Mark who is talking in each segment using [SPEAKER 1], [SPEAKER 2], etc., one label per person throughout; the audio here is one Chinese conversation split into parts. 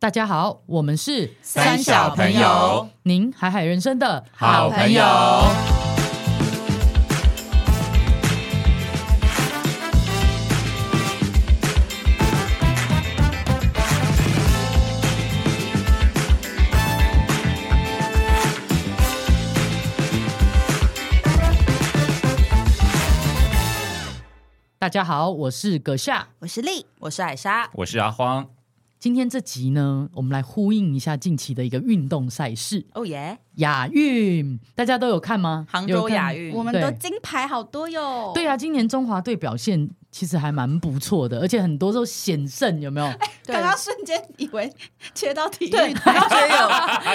[SPEAKER 1] 大家好，我们是
[SPEAKER 2] 三小朋友，
[SPEAKER 1] 您海海人生的
[SPEAKER 2] 好朋友。
[SPEAKER 1] 大家好，我是葛夏。
[SPEAKER 3] 我是丽，我是艾莎，
[SPEAKER 2] 我是 阿荒，
[SPEAKER 1] 今天这集呢，我们来呼应一下近期的一个运动赛事
[SPEAKER 3] 哦耶！
[SPEAKER 1] 亚运，大家都有看吗？
[SPEAKER 3] 杭
[SPEAKER 1] 有
[SPEAKER 3] 州
[SPEAKER 1] 看
[SPEAKER 3] 亚运，
[SPEAKER 4] 我们的金牌好多哟。
[SPEAKER 1] 对啊，今年中华队表现其实还蛮不错的，而且很多都险胜，有没有？
[SPEAKER 3] 对
[SPEAKER 4] 刚刚瞬间以为切到体育
[SPEAKER 3] 对，
[SPEAKER 4] 台，
[SPEAKER 3] 然后觉得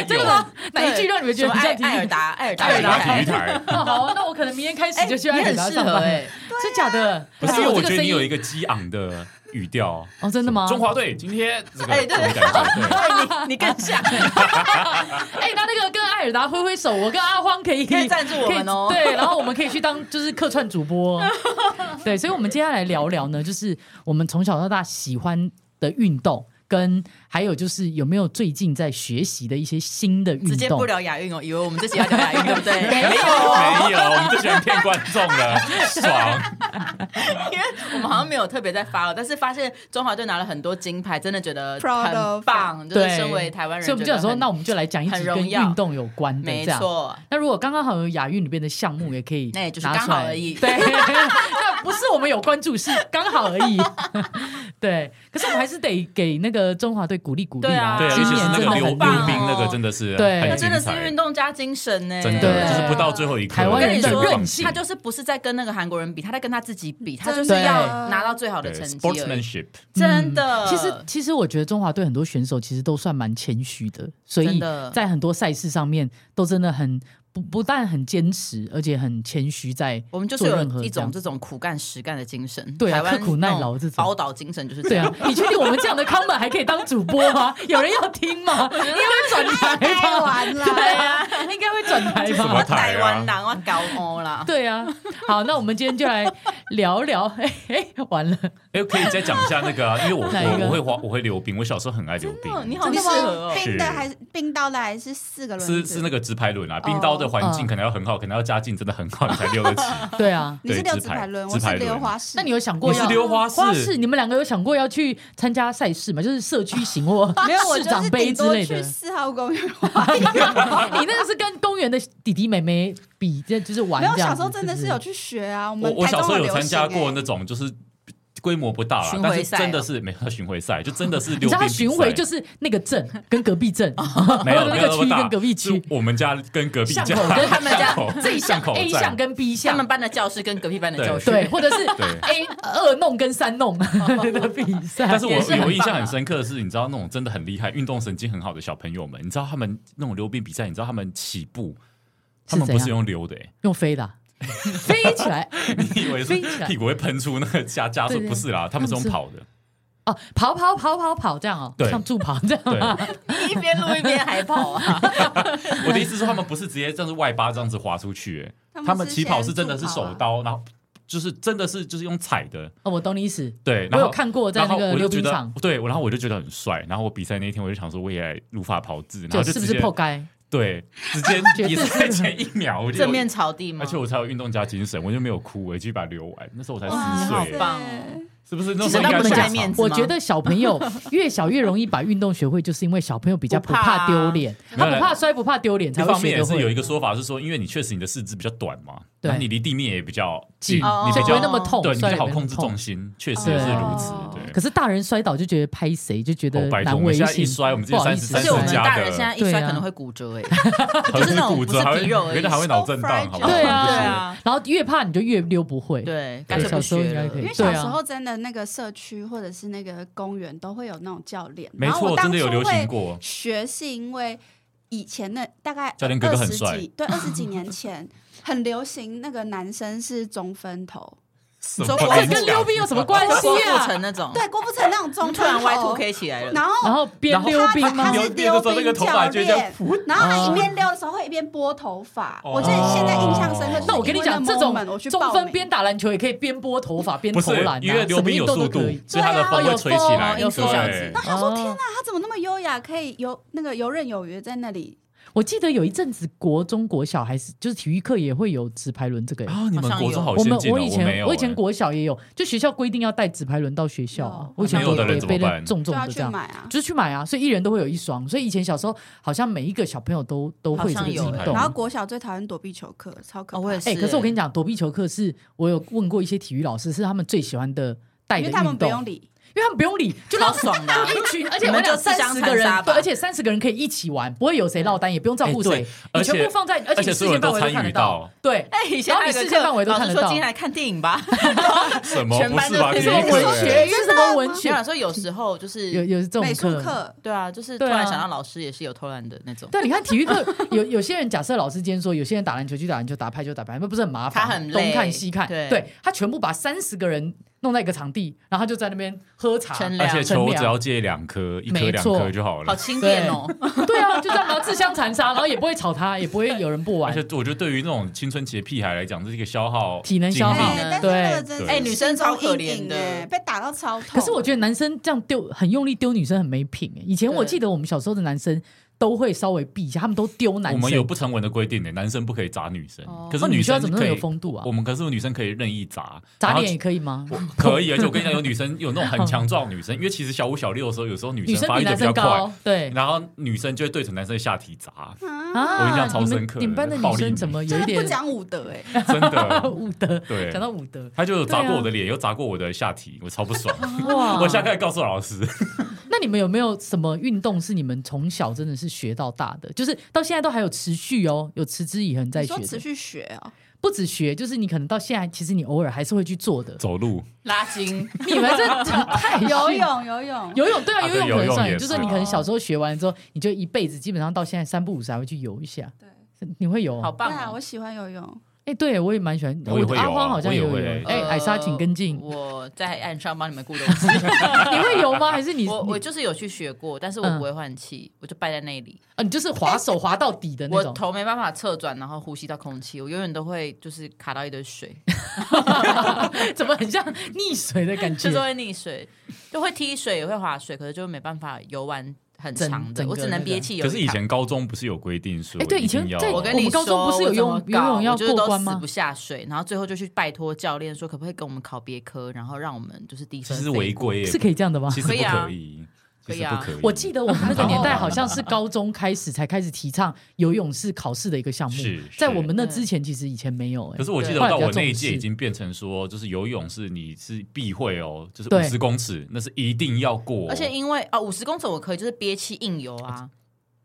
[SPEAKER 3] 有
[SPEAKER 2] 这个
[SPEAKER 1] 吗？哪一句让你们觉
[SPEAKER 3] 什
[SPEAKER 1] 得比
[SPEAKER 3] 么
[SPEAKER 1] 较
[SPEAKER 3] 艾
[SPEAKER 1] 体
[SPEAKER 3] 艾尔
[SPEAKER 1] 育？
[SPEAKER 3] 达，艾尔达
[SPEAKER 2] 艾尔达体
[SPEAKER 3] 台
[SPEAKER 2] 育台，
[SPEAKER 1] 哦好，那我可能明天开始就去
[SPEAKER 3] 哎
[SPEAKER 1] 艾尔
[SPEAKER 3] 你
[SPEAKER 1] 达
[SPEAKER 3] 很
[SPEAKER 1] 上
[SPEAKER 3] 适合
[SPEAKER 1] 班，
[SPEAKER 3] 哎
[SPEAKER 1] 真假的？
[SPEAKER 2] 不是因为我觉得你有一
[SPEAKER 1] 哎个
[SPEAKER 2] 个激昂的语调。
[SPEAKER 1] 哦，真的吗？
[SPEAKER 2] 中华队今天这个
[SPEAKER 3] 哎对
[SPEAKER 2] 什么感觉？对
[SPEAKER 3] 对你你更像，
[SPEAKER 1] 哎，那那个跟艾尔达挥挥手，我跟阿荒可以
[SPEAKER 3] 可以赞助我们哦
[SPEAKER 1] 可以对，然后我们可以去当就是客串主 播，对，所以我们接下来聊聊呢，就是我们从小到大喜欢的运动。跟还有就是有没有最近在学习的一些新的运动？
[SPEAKER 3] 直接不聊亚运哦，以为我们这集要聊亚 运，对不对？没有，
[SPEAKER 2] 没有，我们就喜欢骗观众了，
[SPEAKER 1] 啊
[SPEAKER 2] 爽！
[SPEAKER 3] 因为我们好像没有特别在发了，但是发现中华队拿了很多金牌，真的觉得
[SPEAKER 4] Proud
[SPEAKER 3] 很
[SPEAKER 4] of
[SPEAKER 3] 棒，就
[SPEAKER 1] 对，
[SPEAKER 3] 是身为台湾人，
[SPEAKER 1] 所以我们就想说，那我
[SPEAKER 3] 们
[SPEAKER 1] 们就来讲一集
[SPEAKER 3] 很
[SPEAKER 1] 跟
[SPEAKER 3] 荣耀
[SPEAKER 1] 运动有关的，
[SPEAKER 3] 没
[SPEAKER 1] 这样。
[SPEAKER 3] 错，
[SPEAKER 1] 那如果刚刚好有亚运里边的项目，也可 以拿出来，
[SPEAKER 3] 那也哎就是刚好而已
[SPEAKER 1] 对， 那不是我们有关注，是刚好而已。 对，可是我们还是得给那个中华队鼓励鼓励啊！
[SPEAKER 2] 对，
[SPEAKER 3] 对
[SPEAKER 2] 尤
[SPEAKER 3] 啊
[SPEAKER 1] 今
[SPEAKER 2] 其是
[SPEAKER 1] 年
[SPEAKER 2] 那
[SPEAKER 1] 真
[SPEAKER 2] 个
[SPEAKER 1] 的
[SPEAKER 2] 溜
[SPEAKER 1] 很
[SPEAKER 2] 溜
[SPEAKER 3] 棒
[SPEAKER 1] 棒
[SPEAKER 3] 哦
[SPEAKER 2] 冰那个真的是
[SPEAKER 1] 对
[SPEAKER 2] 很
[SPEAKER 3] 那真的是
[SPEAKER 2] 精彩
[SPEAKER 3] 运动家精神呢，
[SPEAKER 2] 真
[SPEAKER 1] 对
[SPEAKER 2] 的就是不到最后一刻，
[SPEAKER 1] 台
[SPEAKER 3] 我
[SPEAKER 1] 湾
[SPEAKER 3] 跟
[SPEAKER 1] 人
[SPEAKER 3] 你
[SPEAKER 1] 的
[SPEAKER 2] 最
[SPEAKER 3] 说
[SPEAKER 2] 放
[SPEAKER 1] 韧
[SPEAKER 2] 弃
[SPEAKER 1] 性
[SPEAKER 3] 他就是不是在跟那个韩国人比，他在跟他自己比，他
[SPEAKER 4] 真
[SPEAKER 3] 就
[SPEAKER 4] 的
[SPEAKER 3] 是要拿到最好的
[SPEAKER 2] 对
[SPEAKER 3] 成绩而已。
[SPEAKER 2] sportsmanship，
[SPEAKER 3] 真的，
[SPEAKER 1] 嗯其实，其实我觉得中华队很多选手其实都算蛮谦虚的，所以
[SPEAKER 3] 真的
[SPEAKER 1] 在很多赛事上面都真的很不不但很坚持，而且很谦虚在。
[SPEAKER 3] 我们就是
[SPEAKER 1] 做任何
[SPEAKER 3] 有一
[SPEAKER 1] 这样
[SPEAKER 3] 种这种苦干实干的精神，
[SPEAKER 1] 对啊
[SPEAKER 3] 台湾
[SPEAKER 1] 刻苦耐劳
[SPEAKER 3] 那
[SPEAKER 1] 这种
[SPEAKER 3] 宝岛精神就是 这
[SPEAKER 1] 对
[SPEAKER 3] 样。
[SPEAKER 1] 啊，你确定我们这样的 comment 还可以当主播吗？有人要听吗？应该会转台
[SPEAKER 4] 太
[SPEAKER 1] 吧？
[SPEAKER 4] 完了。
[SPEAKER 1] 对啊，应该会转台
[SPEAKER 2] 什么
[SPEAKER 1] 吧？
[SPEAKER 2] 台
[SPEAKER 3] 台湾
[SPEAKER 2] 啊
[SPEAKER 3] 人？啊，搞欧啦，
[SPEAKER 1] 对啊，好，那我们今天就来聊聊。 哎、哎、完了，
[SPEAKER 2] 哎，可以再讲一下那个啊，因为我
[SPEAKER 1] 哪一个
[SPEAKER 2] 我我会滑，我会溜冰，我小时候很爱溜冰
[SPEAKER 3] 真的。你好
[SPEAKER 4] 真的
[SPEAKER 3] 适合哦
[SPEAKER 4] 吗？冰的
[SPEAKER 2] 是
[SPEAKER 4] 还是冰到的还是四个轮
[SPEAKER 2] 是
[SPEAKER 4] 子？
[SPEAKER 2] 是那个直排轮啊，冰
[SPEAKER 1] 哦
[SPEAKER 2] 刀的环
[SPEAKER 1] 嗯
[SPEAKER 2] 境可能要很好，可能要家境真的很好，你才溜得起。
[SPEAKER 1] 对啊。
[SPEAKER 4] 你是
[SPEAKER 2] 对
[SPEAKER 4] 溜
[SPEAKER 2] 直
[SPEAKER 4] 直
[SPEAKER 2] 排
[SPEAKER 4] 排轮，
[SPEAKER 2] 直
[SPEAKER 4] 我
[SPEAKER 2] 排
[SPEAKER 4] 是
[SPEAKER 2] 轮
[SPEAKER 4] 溜花式。
[SPEAKER 1] 那你有想 过
[SPEAKER 2] 你是
[SPEAKER 1] 要
[SPEAKER 2] 溜花
[SPEAKER 1] 花式？你们两个有想过要去参加赛事吗？就是社区型或
[SPEAKER 4] 没有，我
[SPEAKER 1] 市
[SPEAKER 4] 就
[SPEAKER 1] 长
[SPEAKER 4] 是
[SPEAKER 1] 杯
[SPEAKER 4] 顶
[SPEAKER 1] 之
[SPEAKER 4] 多
[SPEAKER 1] 类的哎
[SPEAKER 4] 去。四号公园滑。
[SPEAKER 1] 你那个是跟公园的弟弟妹妹比，这就是玩
[SPEAKER 4] 没有，
[SPEAKER 1] 这样
[SPEAKER 4] 小
[SPEAKER 1] 子。
[SPEAKER 4] 时候真的是有去学啊。我
[SPEAKER 2] 我
[SPEAKER 4] 们
[SPEAKER 2] 我
[SPEAKER 4] 台
[SPEAKER 2] 小
[SPEAKER 4] 中
[SPEAKER 2] 时候
[SPEAKER 4] 很
[SPEAKER 2] 有
[SPEAKER 4] 流
[SPEAKER 2] 参加
[SPEAKER 4] 行欸
[SPEAKER 2] 过那种就是规模不大啦
[SPEAKER 3] 巡，
[SPEAKER 2] 但
[SPEAKER 3] 回
[SPEAKER 2] 是
[SPEAKER 3] 赛哦
[SPEAKER 2] 真的是没有巡回赛，就真的 是
[SPEAKER 1] 你
[SPEAKER 2] 溜
[SPEAKER 1] 知道
[SPEAKER 2] 冰
[SPEAKER 1] 他
[SPEAKER 2] 比赛哦
[SPEAKER 1] 巡回就是那个镇跟隔壁镇，
[SPEAKER 2] 没有
[SPEAKER 1] 那
[SPEAKER 2] 没
[SPEAKER 1] 个
[SPEAKER 2] 有
[SPEAKER 1] 区
[SPEAKER 2] 么大
[SPEAKER 1] 跟隔壁区
[SPEAKER 2] 是，我们家跟隔壁家
[SPEAKER 1] 巷口跟
[SPEAKER 3] 他们家
[SPEAKER 2] 巷口
[SPEAKER 1] 这一
[SPEAKER 2] 巷
[SPEAKER 1] 项
[SPEAKER 2] 口
[SPEAKER 1] A 项
[SPEAKER 2] 站。
[SPEAKER 1] 跟 B
[SPEAKER 3] 他
[SPEAKER 1] 项
[SPEAKER 3] 们，班的教室跟隔壁班的教室，
[SPEAKER 1] 对，或者是
[SPEAKER 2] 对
[SPEAKER 1] A 二弄跟三弄的比赛。
[SPEAKER 2] 但是我
[SPEAKER 1] 也很
[SPEAKER 2] 有印象
[SPEAKER 1] 棒啊
[SPEAKER 2] 很深刻的是，你知道那种真的很厉害、运动神经很好的小朋友们，你知道他们那种溜冰比赛，你知道他们起步，他们
[SPEAKER 1] 是怎
[SPEAKER 2] 不
[SPEAKER 1] 样
[SPEAKER 2] 是用溜的、欸，
[SPEAKER 1] 用飞的啊、飞起来
[SPEAKER 2] 你以为是
[SPEAKER 1] 飞起来
[SPEAKER 2] 屁股会喷出那个加加速？
[SPEAKER 1] 对对
[SPEAKER 2] 不是啦，他们是用跑的。
[SPEAKER 1] 哦，跑跑跑跑跑这样哦，
[SPEAKER 2] 对
[SPEAKER 1] 像助跑这样
[SPEAKER 2] 对，
[SPEAKER 1] 吗？
[SPEAKER 3] 一边录一边还跑 啊，
[SPEAKER 2] 我的意思是他们不是直接这样子外八这样子滑出去、欸
[SPEAKER 4] 他们
[SPEAKER 2] 他们
[SPEAKER 4] 之
[SPEAKER 2] 起跑
[SPEAKER 4] 前
[SPEAKER 2] 是真的是
[SPEAKER 4] 助跑啊
[SPEAKER 2] 手刀，然后就是真的是就是用踩的，
[SPEAKER 1] 哦，我懂你意思。
[SPEAKER 2] 对。
[SPEAKER 1] 我
[SPEAKER 2] 然
[SPEAKER 1] 有
[SPEAKER 2] 后
[SPEAKER 1] 看过在
[SPEAKER 2] 然
[SPEAKER 1] 那
[SPEAKER 2] 后
[SPEAKER 1] 个
[SPEAKER 2] 我
[SPEAKER 1] 溜
[SPEAKER 2] 就觉
[SPEAKER 1] 冰
[SPEAKER 2] 得
[SPEAKER 1] 场，，
[SPEAKER 2] 对，然后我就觉得很帅。然后我比赛那一天，我就想说，我也来入法炮制，然
[SPEAKER 1] 就
[SPEAKER 2] 后就是
[SPEAKER 1] 不
[SPEAKER 2] 直
[SPEAKER 1] 是
[SPEAKER 2] 接
[SPEAKER 1] 破该？
[SPEAKER 2] 对，直接
[SPEAKER 1] 绝对
[SPEAKER 2] 比赛前一秒我就
[SPEAKER 3] 正面草地嘛
[SPEAKER 2] 而且。我才有运动家精神，我就没有哭，我继续把它流完。那时候我才
[SPEAKER 4] 哇
[SPEAKER 2] 十
[SPEAKER 3] 好
[SPEAKER 2] 岁，
[SPEAKER 3] 棒哦！
[SPEAKER 2] 是不是？那
[SPEAKER 3] 其
[SPEAKER 2] 时
[SPEAKER 3] 实
[SPEAKER 2] 候应
[SPEAKER 3] 他
[SPEAKER 2] 该
[SPEAKER 3] 不能
[SPEAKER 2] 是
[SPEAKER 3] 戴面子
[SPEAKER 1] 我
[SPEAKER 3] 吗
[SPEAKER 1] 觉得小朋 友越小越容易把运动学会，就是因为小朋友比较不
[SPEAKER 3] 不怕
[SPEAKER 1] 怕
[SPEAKER 3] 啊
[SPEAKER 1] 丢脸，他
[SPEAKER 2] 没有
[SPEAKER 1] 不
[SPEAKER 2] 啦
[SPEAKER 1] 怕摔，不怕丢脸，
[SPEAKER 2] 一
[SPEAKER 1] 才会
[SPEAKER 2] 方面
[SPEAKER 1] 学
[SPEAKER 2] 也
[SPEAKER 1] 得
[SPEAKER 2] 是有
[SPEAKER 1] 会，
[SPEAKER 2] 一
[SPEAKER 1] 嗯
[SPEAKER 2] 个说法是说，因为你确实你的四肢比较短嘛，
[SPEAKER 1] 对
[SPEAKER 2] 然后你离地面也比较
[SPEAKER 1] 紧
[SPEAKER 2] 近，
[SPEAKER 3] 哦
[SPEAKER 2] 你
[SPEAKER 1] 所
[SPEAKER 2] 比
[SPEAKER 1] 以不会
[SPEAKER 2] 较
[SPEAKER 1] 那么痛，
[SPEAKER 2] 对，你比
[SPEAKER 1] 摔
[SPEAKER 2] 较
[SPEAKER 1] 得
[SPEAKER 2] 好
[SPEAKER 1] 没那么
[SPEAKER 2] 控制
[SPEAKER 1] 痛啊
[SPEAKER 2] 重心，确实也是如此。对，
[SPEAKER 1] 可是大人摔倒就觉得拍谁，就觉
[SPEAKER 2] 哦
[SPEAKER 1] 得
[SPEAKER 2] 拜托
[SPEAKER 1] 难
[SPEAKER 2] 我们
[SPEAKER 1] 为
[SPEAKER 2] 现在
[SPEAKER 1] 情。
[SPEAKER 2] 一摔我们
[SPEAKER 1] 不好意
[SPEAKER 2] 这
[SPEAKER 1] 思，
[SPEAKER 2] 三
[SPEAKER 3] 而
[SPEAKER 2] 十
[SPEAKER 3] 且我们
[SPEAKER 2] 加
[SPEAKER 3] 大
[SPEAKER 2] 的
[SPEAKER 3] 人现在一
[SPEAKER 1] 对
[SPEAKER 3] 摔
[SPEAKER 1] 啊
[SPEAKER 3] 可能会骨 折哎，
[SPEAKER 2] 还
[SPEAKER 3] 就是那种
[SPEAKER 2] 骨
[SPEAKER 3] 不
[SPEAKER 2] 折，
[SPEAKER 3] 是
[SPEAKER 2] 还
[SPEAKER 3] 皮
[SPEAKER 2] 会
[SPEAKER 3] 肉而
[SPEAKER 2] 有
[SPEAKER 3] 已
[SPEAKER 2] 的还会
[SPEAKER 4] so
[SPEAKER 2] 脑震荡，好不好？
[SPEAKER 1] fragile 对啊
[SPEAKER 2] 就是
[SPEAKER 3] 对啊
[SPEAKER 1] 然后越怕你就越溜不会。
[SPEAKER 3] 对，干脆
[SPEAKER 1] 小
[SPEAKER 3] 不
[SPEAKER 1] 时候应
[SPEAKER 3] 学
[SPEAKER 1] 该
[SPEAKER 3] 了
[SPEAKER 1] 可以。
[SPEAKER 4] 因为
[SPEAKER 1] 对
[SPEAKER 4] 小
[SPEAKER 1] 啊
[SPEAKER 4] 时候真的那个社区或者是那个公园都会有那种教练，
[SPEAKER 2] 没
[SPEAKER 4] 然后
[SPEAKER 2] 错，
[SPEAKER 4] 我当
[SPEAKER 2] 真
[SPEAKER 4] 初
[SPEAKER 2] 的有流行
[SPEAKER 4] 会
[SPEAKER 2] 过。
[SPEAKER 4] 学是因为以前的大概
[SPEAKER 2] 教练哥哥很帅
[SPEAKER 4] 20几对，二十几年前很流行那个男生是中分头，
[SPEAKER 2] 什
[SPEAKER 3] 走
[SPEAKER 2] 么
[SPEAKER 3] 过
[SPEAKER 2] 联
[SPEAKER 1] 这
[SPEAKER 2] 想
[SPEAKER 3] 来
[SPEAKER 1] 跟溜冰有什么关 系
[SPEAKER 3] 郭富
[SPEAKER 1] 啊？
[SPEAKER 3] 城那种，
[SPEAKER 2] 哦
[SPEAKER 4] 对，郭富城那种
[SPEAKER 3] 我
[SPEAKER 4] 中
[SPEAKER 3] 们突然
[SPEAKER 4] 秃
[SPEAKER 3] Y
[SPEAKER 4] 头
[SPEAKER 3] two K 起来了，
[SPEAKER 4] 然后
[SPEAKER 1] 然后边溜
[SPEAKER 4] 他
[SPEAKER 1] 冰
[SPEAKER 4] 他
[SPEAKER 1] 吗
[SPEAKER 4] 他？是溜冰教练，然后他一边溜的时候会一边拨头发。
[SPEAKER 2] 啊哦
[SPEAKER 4] 我记得现在印象深刻哦就是因为 moment，
[SPEAKER 1] 那我跟你讲，这种
[SPEAKER 4] 我去报
[SPEAKER 1] 中分
[SPEAKER 4] 名
[SPEAKER 1] 边打篮球也可以边拨头发边
[SPEAKER 2] 不
[SPEAKER 1] 投
[SPEAKER 2] 是
[SPEAKER 1] 篮、啊，
[SPEAKER 2] 因为
[SPEAKER 1] 什
[SPEAKER 2] 溜
[SPEAKER 1] 么
[SPEAKER 2] 冰
[SPEAKER 1] 运
[SPEAKER 2] 有
[SPEAKER 1] 动
[SPEAKER 2] 速
[SPEAKER 1] 都可
[SPEAKER 2] 度
[SPEAKER 1] 以，。
[SPEAKER 2] 所以它的
[SPEAKER 1] 对啊
[SPEAKER 2] 风会
[SPEAKER 1] 有
[SPEAKER 2] 吹起来。
[SPEAKER 1] 风有
[SPEAKER 3] 风
[SPEAKER 2] 对
[SPEAKER 4] 然后想说
[SPEAKER 1] 哦
[SPEAKER 4] 天哪，他怎么那么优雅，可以游那个游刃有余，在那里
[SPEAKER 1] 我记得有一阵子国中国小还是就是体育课也会有直排轮这个、欸
[SPEAKER 2] 啊，你们
[SPEAKER 3] 好像
[SPEAKER 2] 国中
[SPEAKER 3] 有
[SPEAKER 2] 好
[SPEAKER 1] 我
[SPEAKER 2] 先
[SPEAKER 1] 们
[SPEAKER 2] 进哦，
[SPEAKER 1] 以
[SPEAKER 2] 没
[SPEAKER 1] 前
[SPEAKER 2] 有，
[SPEAKER 1] 我以前。国小也有，就学校规定要带直排轮到学校啊
[SPEAKER 4] 有，
[SPEAKER 1] 我以前
[SPEAKER 2] 没有的
[SPEAKER 1] 被
[SPEAKER 2] 人怎么
[SPEAKER 1] 被那
[SPEAKER 2] 办
[SPEAKER 1] 重
[SPEAKER 4] 就
[SPEAKER 1] 重
[SPEAKER 4] 要
[SPEAKER 1] 的
[SPEAKER 4] 去
[SPEAKER 1] 这样，
[SPEAKER 4] 买哦啊。
[SPEAKER 1] 就是去买啊，所以一人都会有一双，所以以前小时候好像每一个小朋友都都会这
[SPEAKER 3] 好
[SPEAKER 1] 个
[SPEAKER 3] 像
[SPEAKER 1] 运
[SPEAKER 3] 有
[SPEAKER 1] 动
[SPEAKER 4] 欸然。后国小最讨厌躲避球课，超可
[SPEAKER 3] 哦
[SPEAKER 4] 怕。
[SPEAKER 3] 我也是
[SPEAKER 1] 哎、可是我跟你讲，躲避球课是我有问过一些体育老师，是他们最喜欢的带
[SPEAKER 4] 哎因
[SPEAKER 1] 的
[SPEAKER 4] 为
[SPEAKER 1] 运
[SPEAKER 4] 他
[SPEAKER 1] 动，
[SPEAKER 4] 们不用理，
[SPEAKER 1] 因为他们不用理，就让
[SPEAKER 3] 超 爽 的啊。
[SPEAKER 1] 一群，而且
[SPEAKER 3] 你
[SPEAKER 1] 我
[SPEAKER 3] 们
[SPEAKER 1] 讲
[SPEAKER 3] 就互
[SPEAKER 1] 三
[SPEAKER 3] 相
[SPEAKER 1] 十
[SPEAKER 3] 残
[SPEAKER 1] 个人
[SPEAKER 3] 杀，
[SPEAKER 1] 对，
[SPEAKER 3] 吧
[SPEAKER 1] 而且三十个人可以一起玩，不会有谁落单，也不用照顾谁
[SPEAKER 2] 哎对，
[SPEAKER 1] 你
[SPEAKER 2] 而
[SPEAKER 1] 全部
[SPEAKER 2] 且
[SPEAKER 1] 放在，而
[SPEAKER 2] 而
[SPEAKER 1] 且
[SPEAKER 2] 且
[SPEAKER 1] 你
[SPEAKER 2] 所
[SPEAKER 1] 视线
[SPEAKER 2] 有人
[SPEAKER 1] 范
[SPEAKER 2] 都
[SPEAKER 1] 围看
[SPEAKER 2] 参
[SPEAKER 1] 得
[SPEAKER 2] 与
[SPEAKER 1] 到。
[SPEAKER 2] 到，
[SPEAKER 1] 对，
[SPEAKER 3] 哎，以前
[SPEAKER 1] 然后
[SPEAKER 3] 还
[SPEAKER 1] 你
[SPEAKER 3] 有个
[SPEAKER 1] 视线
[SPEAKER 3] 课
[SPEAKER 1] 范围都
[SPEAKER 3] 老
[SPEAKER 1] 看
[SPEAKER 3] 师
[SPEAKER 1] 得
[SPEAKER 3] 说
[SPEAKER 1] 到
[SPEAKER 3] 今天来看电影 吧。
[SPEAKER 2] 什么
[SPEAKER 3] 全
[SPEAKER 2] 不
[SPEAKER 3] 班
[SPEAKER 2] 是
[SPEAKER 3] 都
[SPEAKER 2] 吧？
[SPEAKER 3] 是
[SPEAKER 2] 第
[SPEAKER 1] 是
[SPEAKER 2] 一
[SPEAKER 1] 什么
[SPEAKER 2] 课
[SPEAKER 1] 文学？
[SPEAKER 2] 哎
[SPEAKER 1] 是什么文
[SPEAKER 3] 没有啦，
[SPEAKER 1] 学？
[SPEAKER 3] 所以有时候就是
[SPEAKER 1] 有有这种
[SPEAKER 4] 美术课
[SPEAKER 3] 对啊，就是突
[SPEAKER 1] 对啊
[SPEAKER 3] 然想到老师也是有偷懒的那种，
[SPEAKER 1] 对，你看体育课 有有些人假设老师今天说，有些人打篮球去打篮球，打排球打排球，那不是很麻烦？
[SPEAKER 3] 他很累
[SPEAKER 1] 东看西看，
[SPEAKER 3] 对
[SPEAKER 1] 他全部把三十个人弄在一个场地，然后他就在那边喝茶，
[SPEAKER 3] 乘
[SPEAKER 2] 而
[SPEAKER 3] 凉
[SPEAKER 2] 且
[SPEAKER 1] 乘
[SPEAKER 2] 球
[SPEAKER 1] 凉
[SPEAKER 2] 只要借两颗，一颗
[SPEAKER 1] 没
[SPEAKER 2] 两
[SPEAKER 1] 错
[SPEAKER 2] 颗就好
[SPEAKER 3] 好
[SPEAKER 2] 了。
[SPEAKER 3] 轻便哦。
[SPEAKER 1] 对啊，就这样，然后自相残杀，然后也不会吵他，也不会有人不
[SPEAKER 2] 而
[SPEAKER 1] 玩
[SPEAKER 2] 且。我觉得对于那种青春期的屁孩来讲，这是一个消耗
[SPEAKER 1] 体能消
[SPEAKER 2] 精
[SPEAKER 1] 耗
[SPEAKER 2] 力
[SPEAKER 1] 好
[SPEAKER 4] 哎，但是那个真的
[SPEAKER 2] 哦对哎
[SPEAKER 3] 女生超可怜的
[SPEAKER 4] 心中阴影哎被打到超痛。
[SPEAKER 1] 可是我觉得男生这样丢很用力丢女生很没品、欸。以前我
[SPEAKER 3] 对
[SPEAKER 1] 记得我们小时候的男生都会稍微避一下，他们都丢男
[SPEAKER 2] 我
[SPEAKER 1] 生。
[SPEAKER 2] 们有不成文的规定呢，男生不可以砸女生
[SPEAKER 3] 哦，
[SPEAKER 2] 可是
[SPEAKER 1] 那你需要
[SPEAKER 2] 生
[SPEAKER 1] 怎么那
[SPEAKER 2] 可
[SPEAKER 1] 么有
[SPEAKER 2] 以。
[SPEAKER 1] 风度啊
[SPEAKER 2] 我？们可是女生可以任意砸，
[SPEAKER 1] 砸
[SPEAKER 2] 然后
[SPEAKER 1] 脸也可以吗？
[SPEAKER 2] 我可以，而啊且我跟你讲，有女生有那种很强壮的女生，因为其实小五小六的时候，有时候女
[SPEAKER 1] 女生
[SPEAKER 2] 发
[SPEAKER 1] 比
[SPEAKER 2] 育的
[SPEAKER 1] 男
[SPEAKER 2] 比较
[SPEAKER 1] 生
[SPEAKER 2] 快，
[SPEAKER 1] 高， 对
[SPEAKER 2] 然后女生就会对准男生的下体 砸，
[SPEAKER 4] 啊，
[SPEAKER 1] 啊
[SPEAKER 2] 我印象超深刻
[SPEAKER 1] 你们你们班的女
[SPEAKER 2] 暴力
[SPEAKER 1] 生
[SPEAKER 2] 女
[SPEAKER 1] 怎么有
[SPEAKER 4] 真
[SPEAKER 1] 一
[SPEAKER 4] 的
[SPEAKER 1] 点
[SPEAKER 4] 不讲武德哎，
[SPEAKER 2] 真的，
[SPEAKER 1] 武德？
[SPEAKER 2] 对
[SPEAKER 1] 讲到武德，
[SPEAKER 2] 他就有砸
[SPEAKER 1] 对啊哦
[SPEAKER 2] 过我的脸，又砸过我的下体，我超不 爽。
[SPEAKER 1] 哇
[SPEAKER 2] 我下课还告诉 老师，
[SPEAKER 1] 那你们有没有什么运动是你们从小真的是学到大的？就是到现在都还有持续哦，有持之以恒在
[SPEAKER 4] 你
[SPEAKER 1] 学
[SPEAKER 4] 说
[SPEAKER 1] 的。
[SPEAKER 4] 持续学哦，
[SPEAKER 1] 不止学，就是你可能到现在，其实你偶尔还是会去做 的。
[SPEAKER 2] 走路
[SPEAKER 3] 拉筋，
[SPEAKER 1] 你们 这太逊
[SPEAKER 4] 游泳游泳，
[SPEAKER 1] 游泳对啊，
[SPEAKER 2] 啊
[SPEAKER 1] 游泳
[SPEAKER 2] 对
[SPEAKER 1] 可
[SPEAKER 2] 游
[SPEAKER 1] 能
[SPEAKER 2] 泳
[SPEAKER 1] 算，
[SPEAKER 2] 也
[SPEAKER 1] 就是啊
[SPEAKER 2] 是
[SPEAKER 1] 你可能小时候学完之后，你就一辈子基本上到现在三不五时还会去游一下。
[SPEAKER 4] 对，
[SPEAKER 1] 你会游哦？
[SPEAKER 3] 好
[SPEAKER 4] 对
[SPEAKER 3] 棒
[SPEAKER 4] 啊，
[SPEAKER 3] 哦！
[SPEAKER 4] 我喜欢游 泳，
[SPEAKER 1] 哎，对我也蛮喜欢，
[SPEAKER 2] 我也会
[SPEAKER 1] 的阿
[SPEAKER 2] 游啊
[SPEAKER 1] 荒好像
[SPEAKER 2] 我也
[SPEAKER 1] 有
[SPEAKER 2] 会
[SPEAKER 1] 游。
[SPEAKER 2] 我
[SPEAKER 1] 哎，
[SPEAKER 3] 呃
[SPEAKER 1] 艾莎，请跟 进。
[SPEAKER 3] 我在岸上帮你们顾东西。
[SPEAKER 1] 你会游吗？还是 你
[SPEAKER 3] 我我
[SPEAKER 1] 你
[SPEAKER 3] 就是有去学过，但是我
[SPEAKER 1] 嗯
[SPEAKER 3] 不会换气，我就败在那里。
[SPEAKER 1] 啊你就是滑手滑到底的那
[SPEAKER 3] 我
[SPEAKER 1] 种？
[SPEAKER 3] 头没办法侧转，然后呼吸到空气，我永远都会就是卡到一堆水，
[SPEAKER 1] 怎么很像溺水的 感觉
[SPEAKER 3] 就是？会溺水，就会踢水，也会划水，可是就没办法游完很长
[SPEAKER 1] 整
[SPEAKER 3] 的，
[SPEAKER 1] 整个
[SPEAKER 3] 我只能憋气游。
[SPEAKER 2] 可是以。前高中不是有规定说
[SPEAKER 1] 哎对
[SPEAKER 2] 一定要，
[SPEAKER 1] 以前在
[SPEAKER 3] 我跟你
[SPEAKER 1] 我们高中不是有游
[SPEAKER 3] 说我怎么
[SPEAKER 1] 游泳
[SPEAKER 3] 搞
[SPEAKER 1] 要
[SPEAKER 3] 我就是
[SPEAKER 1] 过
[SPEAKER 3] 都
[SPEAKER 1] 关吗
[SPEAKER 3] 死不下水，然后最后就去拜托教练说，可不可以跟我们考别科，然后让我们就是低
[SPEAKER 2] 其
[SPEAKER 3] 分。
[SPEAKER 2] 实违，规耶，
[SPEAKER 1] 是可以这样的吗？
[SPEAKER 2] 其实不
[SPEAKER 3] 可以啊
[SPEAKER 2] 可以，
[SPEAKER 3] 可
[SPEAKER 2] 其
[SPEAKER 3] 以
[SPEAKER 2] 实
[SPEAKER 3] 啊
[SPEAKER 2] 不可以。
[SPEAKER 1] 我记得我们那个年代好像是高中开始才开始提倡游泳是考试的一个项目
[SPEAKER 2] 是，
[SPEAKER 1] 在我们那之前其实以前没有、欸。
[SPEAKER 2] 可是我记得
[SPEAKER 1] 后来
[SPEAKER 2] 到
[SPEAKER 1] 比较
[SPEAKER 2] 我那一
[SPEAKER 1] 重视
[SPEAKER 2] 届已经变成说，就是游泳是你是必会哦，就是
[SPEAKER 1] 对
[SPEAKER 2] 五十公尺那是一定要过哦、
[SPEAKER 3] 而且因为啊，五、十公尺我可以，就是憋气硬游啊。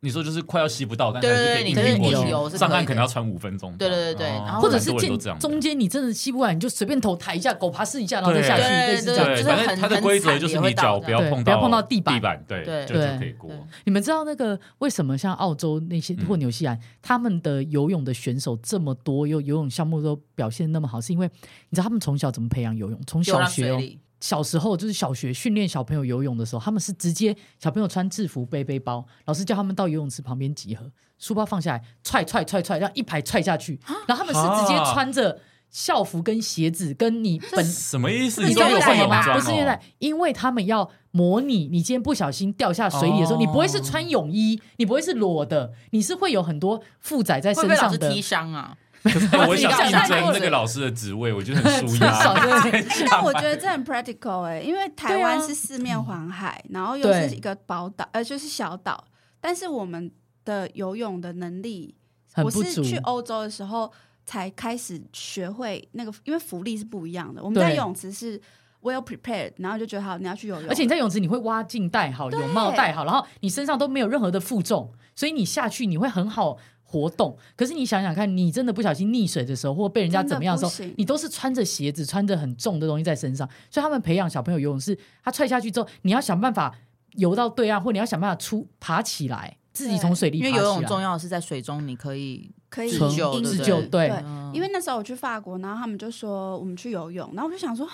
[SPEAKER 2] 你说就是快要吸不到，但
[SPEAKER 3] 对
[SPEAKER 2] 还是可以
[SPEAKER 3] 对对
[SPEAKER 2] 硬
[SPEAKER 1] 你
[SPEAKER 2] 挺过
[SPEAKER 1] 就是
[SPEAKER 2] 去
[SPEAKER 3] 游是可以
[SPEAKER 2] 上岸
[SPEAKER 3] 的
[SPEAKER 2] 可能要喘五分钟这
[SPEAKER 3] 对
[SPEAKER 2] 样。哦
[SPEAKER 3] 对对对然后
[SPEAKER 1] 或者是
[SPEAKER 2] 很多人
[SPEAKER 1] 进
[SPEAKER 2] 都这样。
[SPEAKER 1] 中间你真的吸不完，你就随便头抬一下，狗爬式一下，然后再下去，
[SPEAKER 3] 对
[SPEAKER 1] 类似这样。
[SPEAKER 3] 就是
[SPEAKER 2] 对，反
[SPEAKER 3] 很
[SPEAKER 2] 正它的规则就是你脚不要
[SPEAKER 1] 很惨
[SPEAKER 2] 碰
[SPEAKER 1] 对不
[SPEAKER 2] 到
[SPEAKER 1] 要碰到地板
[SPEAKER 2] 地板对，
[SPEAKER 3] 对
[SPEAKER 2] 就就可以过
[SPEAKER 3] 对。
[SPEAKER 1] 你们知道那个为什么像澳洲那些
[SPEAKER 2] 嗯
[SPEAKER 1] 或纽西兰、他们的游泳的选手这么多，有游泳项目都表现那么好，是因为你知道他们从小怎么培养游泳？从
[SPEAKER 3] 丢
[SPEAKER 1] 小
[SPEAKER 3] 到
[SPEAKER 1] 学、
[SPEAKER 3] 水
[SPEAKER 1] 哦，
[SPEAKER 3] 里，
[SPEAKER 1] 小时候就是小学训练小朋友游泳的时候，他们是直接小朋友穿制服背背包，老师叫他们到游泳池旁边集合，书包放下来，踹踹踹踹，让一排踹下去，然后他们是直接穿着校服跟鞋子，跟你本
[SPEAKER 2] 什么意思？
[SPEAKER 3] 这
[SPEAKER 2] 你
[SPEAKER 3] 是
[SPEAKER 2] 说
[SPEAKER 1] 你
[SPEAKER 2] 有
[SPEAKER 3] 现
[SPEAKER 1] 懂
[SPEAKER 2] 换
[SPEAKER 3] 代
[SPEAKER 1] 我
[SPEAKER 2] 泳
[SPEAKER 3] 吗
[SPEAKER 1] 吗？
[SPEAKER 2] 装
[SPEAKER 1] 不是
[SPEAKER 2] 哦
[SPEAKER 1] 现在，因为他们要模拟你今天不小心掉下水里的时候，
[SPEAKER 2] 哦
[SPEAKER 1] 你不会是穿泳衣，你不会是裸的，你是会有很多负载在
[SPEAKER 3] 会
[SPEAKER 1] 身
[SPEAKER 3] 不会老
[SPEAKER 1] 上
[SPEAKER 3] 师
[SPEAKER 1] 的
[SPEAKER 3] 踢。伤啊？
[SPEAKER 2] 可是 我想
[SPEAKER 1] 想
[SPEAKER 2] 应
[SPEAKER 1] 太
[SPEAKER 2] 征
[SPEAKER 1] 多
[SPEAKER 2] 那
[SPEAKER 1] 了
[SPEAKER 2] 个老师的职位，我觉得很
[SPEAKER 1] 至
[SPEAKER 2] 舒压哦
[SPEAKER 1] 少。对，
[SPEAKER 4] 哎，但我觉得这很 practical 哎，因为台湾
[SPEAKER 1] 啊
[SPEAKER 4] 是四面环海，然后又
[SPEAKER 1] 对
[SPEAKER 4] 是一个宝 岛，呃，就是小岛，但是我们的游泳的能力，
[SPEAKER 1] 很
[SPEAKER 4] 我
[SPEAKER 1] 不
[SPEAKER 4] 是
[SPEAKER 1] 足。
[SPEAKER 4] 去欧洲的时候才开始学会那个，因为浮力是不一样的。我们在
[SPEAKER 1] 对
[SPEAKER 4] 游泳池是 well prepared，然后就觉得好，你要去游泳，
[SPEAKER 1] 而且你在泳池你会蛙镜戴好，泳帽戴好，然后你身上都没有任何的负重，所以你下去你会很好活动。可是你想想看，你真的不小心溺水的时候，或被人家怎么样的时候
[SPEAKER 4] 真的不行，
[SPEAKER 1] 你都是穿着鞋子，穿着很重的东西在身上。所以他们培养小朋友游泳是，他踹下去之后，你要想办法游到对岸，或你要想办法出爬起来，自己从水里
[SPEAKER 3] 因
[SPEAKER 1] 爬
[SPEAKER 3] 为
[SPEAKER 1] 起来。
[SPEAKER 3] 游泳重要的是在水中，你可以嗯
[SPEAKER 4] 可以
[SPEAKER 1] 纯
[SPEAKER 3] 自救
[SPEAKER 4] 因
[SPEAKER 3] 对
[SPEAKER 1] 自
[SPEAKER 3] 不
[SPEAKER 1] 救
[SPEAKER 4] 此
[SPEAKER 1] 对
[SPEAKER 4] 对，因为那时候我去法国，然后他们就说我们去游泳，然后我就想说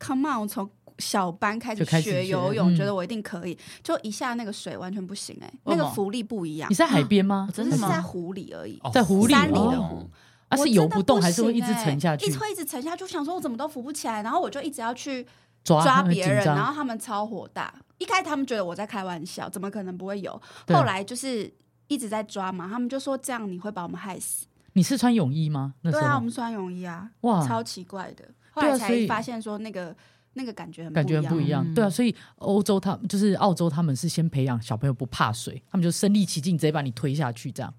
[SPEAKER 4] ，Come on，我从小班开始
[SPEAKER 1] 就开始
[SPEAKER 4] 学
[SPEAKER 1] 学
[SPEAKER 4] 游泳，
[SPEAKER 1] 嗯
[SPEAKER 4] 觉得我一定可以，就一下那个水完全不行哎、那
[SPEAKER 3] 为什么
[SPEAKER 4] 个浮力不一样
[SPEAKER 1] 你，是在海边吗？
[SPEAKER 3] 真
[SPEAKER 4] 只
[SPEAKER 3] 的
[SPEAKER 4] 是在
[SPEAKER 3] 吗？
[SPEAKER 4] 湖里而已。
[SPEAKER 2] 哦
[SPEAKER 1] 在湖里
[SPEAKER 4] 山里的
[SPEAKER 2] 哦
[SPEAKER 4] 湖
[SPEAKER 1] 啊，
[SPEAKER 4] 我
[SPEAKER 1] 是
[SPEAKER 4] 真
[SPEAKER 1] 游
[SPEAKER 4] 的
[SPEAKER 1] 不动，
[SPEAKER 4] 行
[SPEAKER 1] 还是会一直
[SPEAKER 4] 欸
[SPEAKER 1] 沉下去
[SPEAKER 4] 一直？会一直沉下去，我想说我怎么都浮不起来，然后我就一直要去
[SPEAKER 1] 抓
[SPEAKER 4] 抓
[SPEAKER 1] 很
[SPEAKER 4] 别
[SPEAKER 1] 紧
[SPEAKER 4] 人，然
[SPEAKER 1] 张，
[SPEAKER 4] 后他们超火大。一开始他们觉得我在开玩笑，怎么可能不会游？
[SPEAKER 1] 对
[SPEAKER 4] 后来就是一直在抓嘛，他们就说这样你会把我们害死。
[SPEAKER 1] 你是穿泳衣吗？那时
[SPEAKER 4] 对啊，我
[SPEAKER 1] 候
[SPEAKER 4] 们穿泳衣啊，超
[SPEAKER 1] 哇，
[SPEAKER 4] 奇怪的。后
[SPEAKER 1] 哦对啊
[SPEAKER 4] 来
[SPEAKER 1] 所以
[SPEAKER 4] 才发现说那个那个感觉很
[SPEAKER 1] 感觉很不一
[SPEAKER 4] 样。
[SPEAKER 1] 样。
[SPEAKER 3] 嗯
[SPEAKER 1] 对啊，所以欧洲他就是澳洲，他们是先培养小朋友不怕水，他们就身临其境，直接把你推下去这样。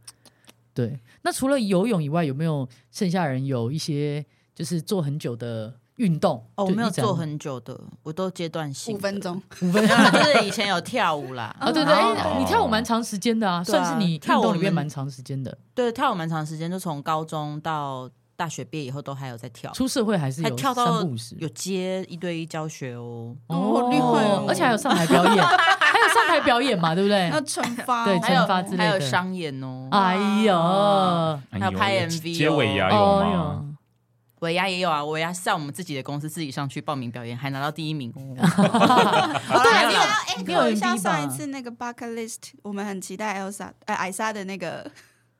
[SPEAKER 1] 对，那除了游泳以外，有没有剩下人有一些就是做很久的运动？
[SPEAKER 3] 哦，我
[SPEAKER 1] 就
[SPEAKER 3] 没有
[SPEAKER 1] 一整
[SPEAKER 3] 做很久的，我都阶段性
[SPEAKER 4] 五
[SPEAKER 3] 的
[SPEAKER 4] 分钟，
[SPEAKER 1] 五分
[SPEAKER 3] 啊，就是以前有跳舞啦，
[SPEAKER 1] 啊，对对，
[SPEAKER 3] 然后
[SPEAKER 2] 哦
[SPEAKER 1] 哎你跳舞蛮长时间的啊，
[SPEAKER 3] 对啊
[SPEAKER 1] 算是你运
[SPEAKER 3] 跳舞
[SPEAKER 1] 动里
[SPEAKER 3] 我
[SPEAKER 1] 面
[SPEAKER 3] 们
[SPEAKER 1] 蛮长时间的。
[SPEAKER 3] 对，跳舞蛮长时间，就从高中到大学毕业以后都还有在跳，
[SPEAKER 1] 出社会还是
[SPEAKER 3] 还
[SPEAKER 1] 有
[SPEAKER 3] 跳到
[SPEAKER 1] 三不五十，
[SPEAKER 3] 有接一对一教学哦，
[SPEAKER 4] 哦好厉害哦
[SPEAKER 1] 而且还有上台表演，还有上台表演嘛，对不对
[SPEAKER 4] 要？惩罚哦
[SPEAKER 1] 哎对
[SPEAKER 3] 还有
[SPEAKER 1] 惩罚之类的
[SPEAKER 3] 还有商演哦，
[SPEAKER 1] 哎呦，哦
[SPEAKER 2] 哎
[SPEAKER 3] 还有拍哦
[SPEAKER 2] 有
[SPEAKER 3] MV
[SPEAKER 2] 结尾牙有吗？
[SPEAKER 1] 呦，
[SPEAKER 3] 尾牙也有啊，尾牙是在我们自己的公司自己上去报名表演，还拿到第一名哦。
[SPEAKER 4] 好
[SPEAKER 1] 对啊
[SPEAKER 4] 啦哎
[SPEAKER 1] 你
[SPEAKER 4] 你
[SPEAKER 1] 有
[SPEAKER 4] 要
[SPEAKER 1] 你有
[SPEAKER 4] echo 一
[SPEAKER 1] MV
[SPEAKER 4] 下
[SPEAKER 1] 吧
[SPEAKER 4] 上一次那个 bucket list，我们很期待 Elsa 呃艾莎的那个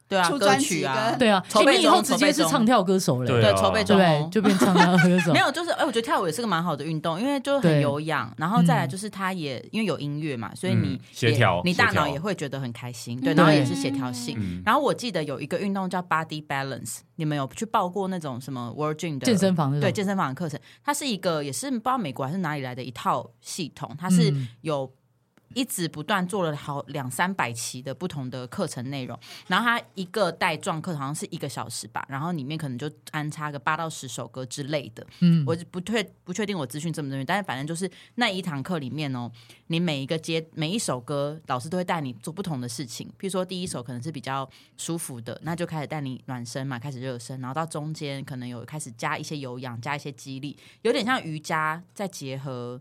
[SPEAKER 3] 对啊，
[SPEAKER 4] 出
[SPEAKER 3] 歌
[SPEAKER 4] 专
[SPEAKER 3] 曲
[SPEAKER 4] 辑
[SPEAKER 3] 啊，
[SPEAKER 4] 跟
[SPEAKER 1] 对啊，
[SPEAKER 3] 筹
[SPEAKER 1] 哎
[SPEAKER 3] 备
[SPEAKER 1] 你以后直
[SPEAKER 3] 中
[SPEAKER 1] 接是
[SPEAKER 3] 筹备中
[SPEAKER 1] 唱跳歌手嘞，
[SPEAKER 2] 对
[SPEAKER 3] 对
[SPEAKER 2] 啊，
[SPEAKER 3] 筹备
[SPEAKER 1] 对
[SPEAKER 3] 中
[SPEAKER 1] 不
[SPEAKER 3] 哦
[SPEAKER 1] 对？就变唱跳歌手
[SPEAKER 3] 没，有，就是哎、我觉得跳舞也是个蛮好的运动，因为就是
[SPEAKER 1] 对
[SPEAKER 3] 很有氧，然后再来就是它也、因为有音乐嘛，所以你
[SPEAKER 2] 嗯协
[SPEAKER 3] 也
[SPEAKER 2] 调
[SPEAKER 3] 你大
[SPEAKER 2] 协调
[SPEAKER 3] 脑也会觉得很开心，对，
[SPEAKER 4] 嗯
[SPEAKER 3] 然后也
[SPEAKER 1] 对
[SPEAKER 3] 是协调性。
[SPEAKER 2] 嗯
[SPEAKER 3] 然后我记得有一个运动叫 Body Balance，你们有去报过那种什么 World Gym 的
[SPEAKER 1] 健身房那
[SPEAKER 3] 对
[SPEAKER 1] 种，
[SPEAKER 3] 健身房的课程，它是一个也是不知道美国还是哪里来的一套系统，它是
[SPEAKER 1] 嗯
[SPEAKER 3] 有一直不断做了好两三百期的不同的课程内容，然后它一个带状课好像是一个小时吧，然后里面可能就安插个八到十首歌之类的，
[SPEAKER 1] 嗯，
[SPEAKER 3] 我不确不确定我资讯正不正确，但是反正就是那一堂课里面哦，你每一个阶每一首歌，老师都会带你做不同的事情。譬如说第一首可能是比较舒服的，那就开始带你暖身嘛，开始热身，然后到中间可能有开始加一些有氧，加一些肌力，有点像瑜伽，再结合